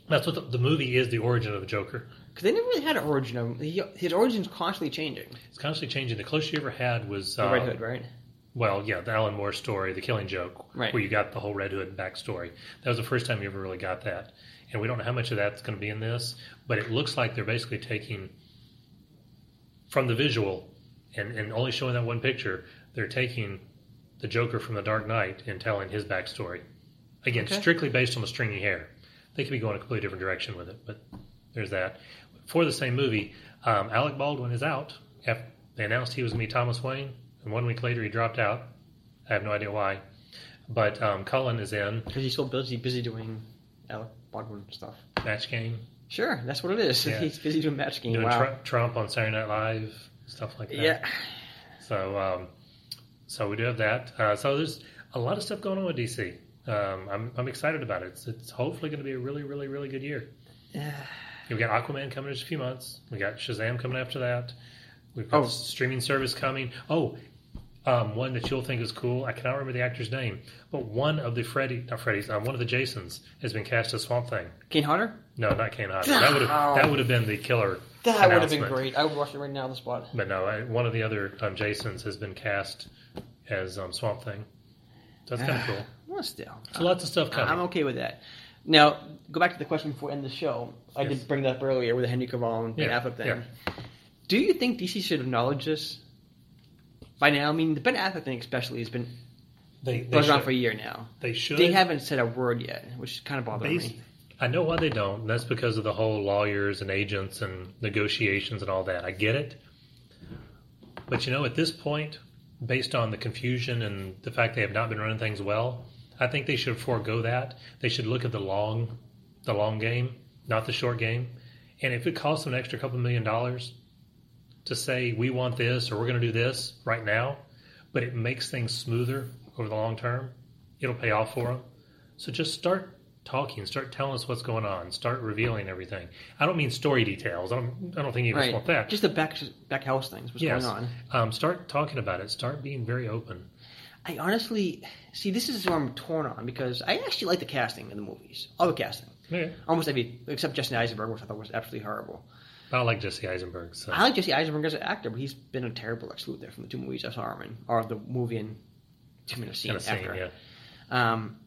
Speaker 2: That's what the, the movie is. The origin of the Joker.
Speaker 1: because they never really had an origin. Of, he, his origin's constantly changing.
Speaker 2: It's constantly changing. The closest you ever had was
Speaker 1: The
Speaker 2: uh,
Speaker 1: Red Hood, right?
Speaker 2: Well, yeah, the Alan Moore story, the Killing Joke,
Speaker 1: Right.
Speaker 2: where you got the whole Red Hood backstory. That was the first time you ever really got that, and we don't know how much of that's going to be in this, but it looks like they're basically taking from the visual and, and only showing that one picture. They're taking the Joker from the Dark Knight and telling his backstory. Again,
Speaker 1: Okay.
Speaker 2: strictly based on the stringy hair. They could be going a completely different direction with it, but there's that. For the same movie, um, Alec Baldwin is out. After they announced he was going to be Thomas Wayne, and one week later he dropped out. I have no idea why. But um, Cullen is in
Speaker 1: Because he's so busy, busy doing Alec Baldwin stuff.
Speaker 2: Match Game,
Speaker 1: Sure, that's what it is.
Speaker 2: Yeah.
Speaker 1: he's busy doing match game.
Speaker 2: doing
Speaker 1: wow.
Speaker 2: Tru- Trump on Saturday Night Live, stuff like that.
Speaker 1: yeah,
Speaker 2: So, um, so we do have that. Uh, so there's a lot of stuff going on with DC. Um, I'm, I'm excited about it. It's, it's hopefully going to be a really, really, really good year.
Speaker 1: Yeah.
Speaker 2: We've got Aquaman coming in just a few months. We got Shazam coming after that. We've
Speaker 1: Oh.
Speaker 2: got the streaming service coming. Oh, Um, one that you'll think is cool. I cannot remember the actor's name, but one of the Freddy, not Freddy's, um, one of the Jasons has been cast as Swamp Thing.
Speaker 1: Kane Hodder?
Speaker 2: No, not Kane Hodder. That would have that would have been the killer.
Speaker 1: That would have been
Speaker 2: announcement.
Speaker 1: great. I would watch it right now on the spot.
Speaker 2: But no, I, one of the other um, Jasons has been cast as um, Swamp Thing. So that's kind of cool.
Speaker 1: Well, still.
Speaker 2: So lots of stuff coming.
Speaker 1: Ah. Uh, I'm okay with that. Now, go back to the question before we end the show. I
Speaker 2: Yes.
Speaker 1: did bring that up earlier with the Henry Cavill and Ben
Speaker 2: Yeah,
Speaker 1: Affleck thing.
Speaker 2: yeah.
Speaker 1: Do you think DC should acknowledge this? By now, I mean, the Ben Affleck thing especially has been
Speaker 2: they they
Speaker 1: goes on
Speaker 2: should.
Speaker 1: for a year now.
Speaker 2: they should.
Speaker 1: They haven't said a word yet, which is kind of bothering
Speaker 2: Bas-
Speaker 1: me.
Speaker 2: I know why they don't. and That's because of the whole lawyers and agents and negotiations and all that. I get it. But you know, at this point, based on the confusion and the fact they have not been running things well, I think they should forego that. They should look at the long, the long game, not the short game. And if it costs them an extra couple million dollars to say we want this or we're going to do this right now, but it makes things smoother over the long term, it'll pay off for them. So just start talking, start telling us what's going on, start revealing everything. I don't mean story details. I don't. I don't think you guys
Speaker 1: Right.
Speaker 2: want that.
Speaker 1: Just the back back house things. What's
Speaker 2: Yes.
Speaker 1: going on?
Speaker 2: Um, start talking about it. Start being very open.
Speaker 1: I honestly see this is where I'm torn on because I actually like the casting in the movies, all the casting,
Speaker 2: Okay.
Speaker 1: almost every except Jesse Eisenberg, which I thought was absolutely horrible.
Speaker 2: I like Jesse Eisenberg. So
Speaker 1: I like Jesse Eisenberg as an actor, but he's been a terrible Lex Luthor from the two movies I saw him in, or the movie and two minute scene
Speaker 2: kind of scene,
Speaker 1: after.
Speaker 2: yeah.
Speaker 1: Um,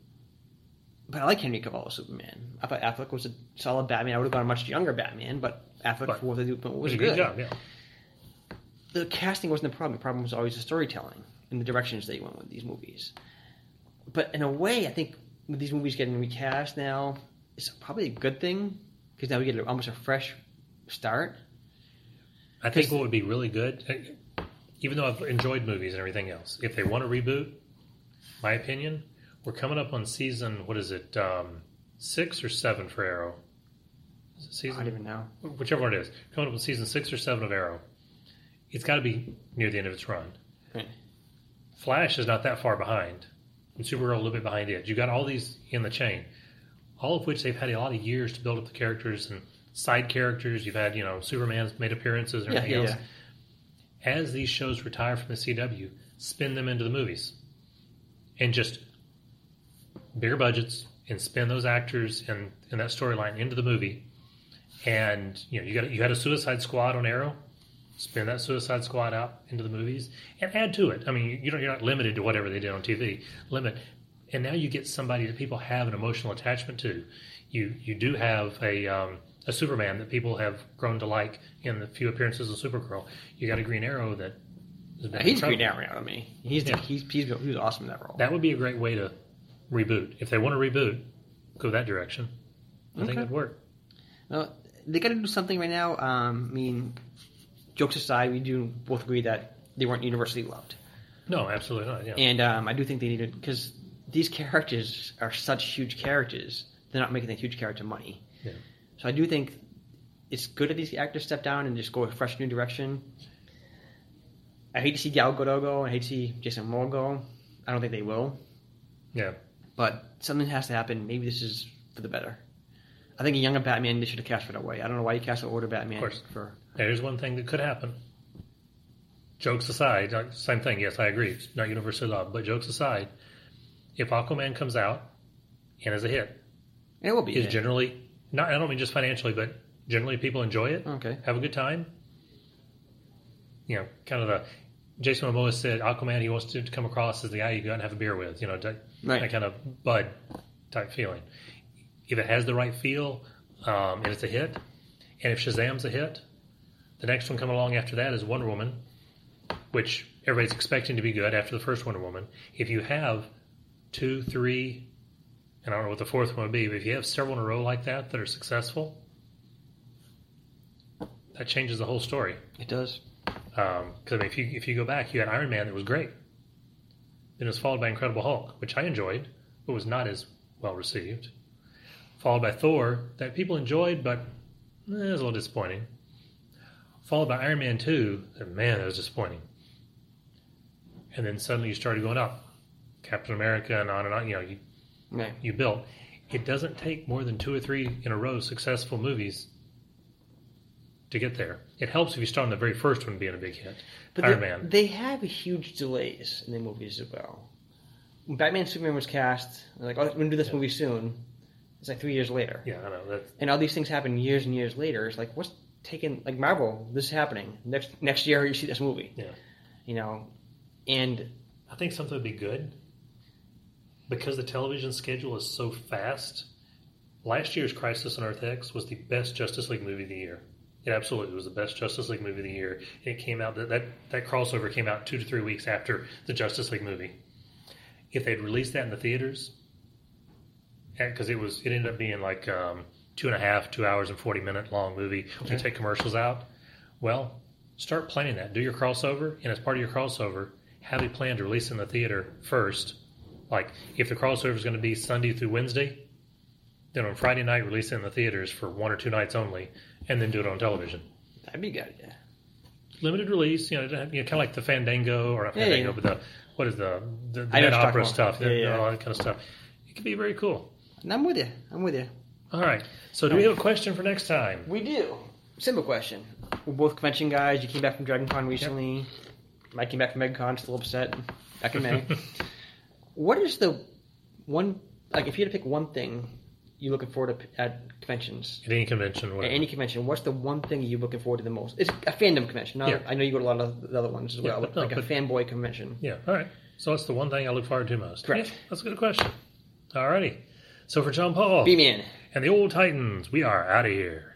Speaker 1: but I like Henry Cavill as Superman. I thought Affleck was a solid Batman. I would have gone a much younger Batman, but Affleck
Speaker 2: But-
Speaker 1: for what they do
Speaker 2: It was
Speaker 1: was
Speaker 2: a good
Speaker 1: good.
Speaker 2: job. Yeah.
Speaker 1: the casting wasn't the problem. The problem was always the storytelling and the directions they went with these movies. But in a way, I think with these movies getting recast now, it's probably a good thing because now we get almost a fresh start.
Speaker 2: I think what would be really good, uh, even though I've enjoyed movies and everything else, if they want to reboot, my opinion, we're coming up on season what is it, um, six or seven for Arrow? Is
Speaker 1: I
Speaker 2: it
Speaker 1: don't
Speaker 2: season
Speaker 1: even know.
Speaker 2: whichever one it is, coming up with season six or seven of Arrow, it's got to be near the end of its run.
Speaker 1: Right.
Speaker 2: Flash is not that far behind, and Supergirl a little bit behind it. You got all these in the chain, all of which they've had a lot of years to build up the characters and side characters. You've had you know Superman's made appearances and
Speaker 1: Yeah,
Speaker 2: everything
Speaker 1: yeah,
Speaker 2: else. As these shows retire from the CW, spin them into the movies, and just bigger budgets and spin those actors and, and that storyline into the movie and you know you got you had a Suicide Squad on Arrow, spin that Suicide Squad out into the movies and add to it. I mean, you don't you're not limited to whatever they did on TV. Limit, and now you get somebody that people have an emotional attachment to. You you do have a um, a Superman that people have grown to like in the few appearances of Supergirl. You got a Green Arrow that has been
Speaker 1: He's
Speaker 2: incredible.
Speaker 1: Green Arrow now to me. He's,
Speaker 2: Yeah.
Speaker 1: he's, he's, he was awesome in that role.
Speaker 2: That would be a great way to reboot if they want to reboot. Go that direction. I think
Speaker 1: Okay.
Speaker 2: it'd work.
Speaker 1: No, they got to do something right now. Um, I mean, jokes aside, we do both agree that they weren't universally loved,
Speaker 2: No, absolutely not. Yeah.
Speaker 1: and um, I do think they needed because these characters are such huge characters. They're not making that huge character money,
Speaker 2: Yeah.
Speaker 1: so I do think it's good that these actors step down and just go a fresh new direction. I hate to see Gal Gadot go. I hate to see Jason Moore go. I don't think they will,
Speaker 2: yeah.
Speaker 1: but something has to happen. Maybe this is for the better. I think a younger Batman they should have cast right away. I don't know why you cast an older Batman
Speaker 2: Of course.
Speaker 1: for
Speaker 2: There's one thing that could happen. Jokes aside, like, same thing. Yes, I agree. It's not universally loved, but jokes aside, if Aquaman comes out and is a hit,
Speaker 1: It will be.
Speaker 2: is generally not. I don't mean just financially, but generally people enjoy it,
Speaker 1: Okay.
Speaker 2: have a good time. You know, kind of the Jason Momoa said Aquaman. He wants to, to come across as the guy you go out and have a beer with. You know, that,
Speaker 1: Right.
Speaker 2: that kind of bud type feeling. If it has the right feel um, and it's a hit, and if Shazam's a hit, the next one coming along after that is Wonder Woman, which everybody's expecting to be good after the first Wonder Woman. If you have two, three, and I don't know what the fourth one would be, but if you have several in a row like that that are successful, that changes the whole story.
Speaker 1: It does.
Speaker 2: Because Um, I mean, if you if you go back, you had Iron Man that was great, then it was followed by Incredible Hulk, which I enjoyed, but was not as well received. Followed by Thor, that people enjoyed, but eh, it was a little disappointing. Followed by Iron Man Two, that man, that was disappointing. And then suddenly you started going up, Captain America, and on and on. You know, you
Speaker 1: Right.
Speaker 2: you built. It doesn't take more than two or three in a row successful movies to get there. It helps if you start on the very first one being a big hit.
Speaker 1: But
Speaker 2: Iron
Speaker 1: they,
Speaker 2: Man.
Speaker 1: they have huge delays in the movies as well. When Batman Superman was cast, they're like, oh, we're going to do this movie soon. It's like three years later.
Speaker 2: Yeah, I know. That's,
Speaker 1: And all these things happen years and years later. It's like, what's taking, like, Marvel, this is happening. Next next year, you see this movie.
Speaker 2: Yeah.
Speaker 1: You know? And
Speaker 2: I think something would be good because the television schedule is so fast. Last year's Crisis on Earth X was the best Justice League movie of the year. It absolutely was the best Justice League movie of the year. And it came out that, that that crossover came out two to three weeks after the Justice League movie. If they'd released that in the theaters, because it was it ended up being like um, two and a half, two hours and forty minute long movie. When you take commercials out, well, start planning that. Do your crossover, and as part of your crossover, have a plan to release in the theater first. Like if the crossover is going to be Sunday through Wednesday, then on Friday night release it in the theaters for one or two nights only, and then do it on television.
Speaker 1: that'd be good. Yeah.
Speaker 2: Limited release, you know, you know kind of like the Fandango or not
Speaker 1: Yeah,
Speaker 2: Fandango,
Speaker 1: yeah.
Speaker 2: but the what is the the, the
Speaker 1: I know what you're
Speaker 2: Dead
Speaker 1: talking
Speaker 2: opera
Speaker 1: about.
Speaker 2: stuff,
Speaker 1: Yeah, yeah.
Speaker 2: all that kind of stuff. It could be very cool.
Speaker 1: And I'm with you. I'm with you.
Speaker 2: All right. So, do we have a question for next time?
Speaker 1: We do. Simple question. We're both convention guys. You came back from Dragon Con recently. I came back from MegCon, still upset. Back in May. what is the one, like, if you had to pick one thing you're looking forward to p- at conventions,
Speaker 2: At any convention,
Speaker 1: at
Speaker 2: whatever.
Speaker 1: any convention, what's the one thing you're looking forward to the most? It's a fandom convention. Not,
Speaker 2: Yeah.
Speaker 1: I know you go to a lot of the other ones as well,
Speaker 2: but
Speaker 1: but
Speaker 2: no,
Speaker 1: like a
Speaker 2: but-
Speaker 1: fanboy convention.
Speaker 2: yeah. All right. So, that's the one thing I look forward to most.
Speaker 1: Correct.
Speaker 2: Yeah, that's a good question. All righty. So, for John Paul
Speaker 1: Be man.
Speaker 2: and the old Titans, we are out of here.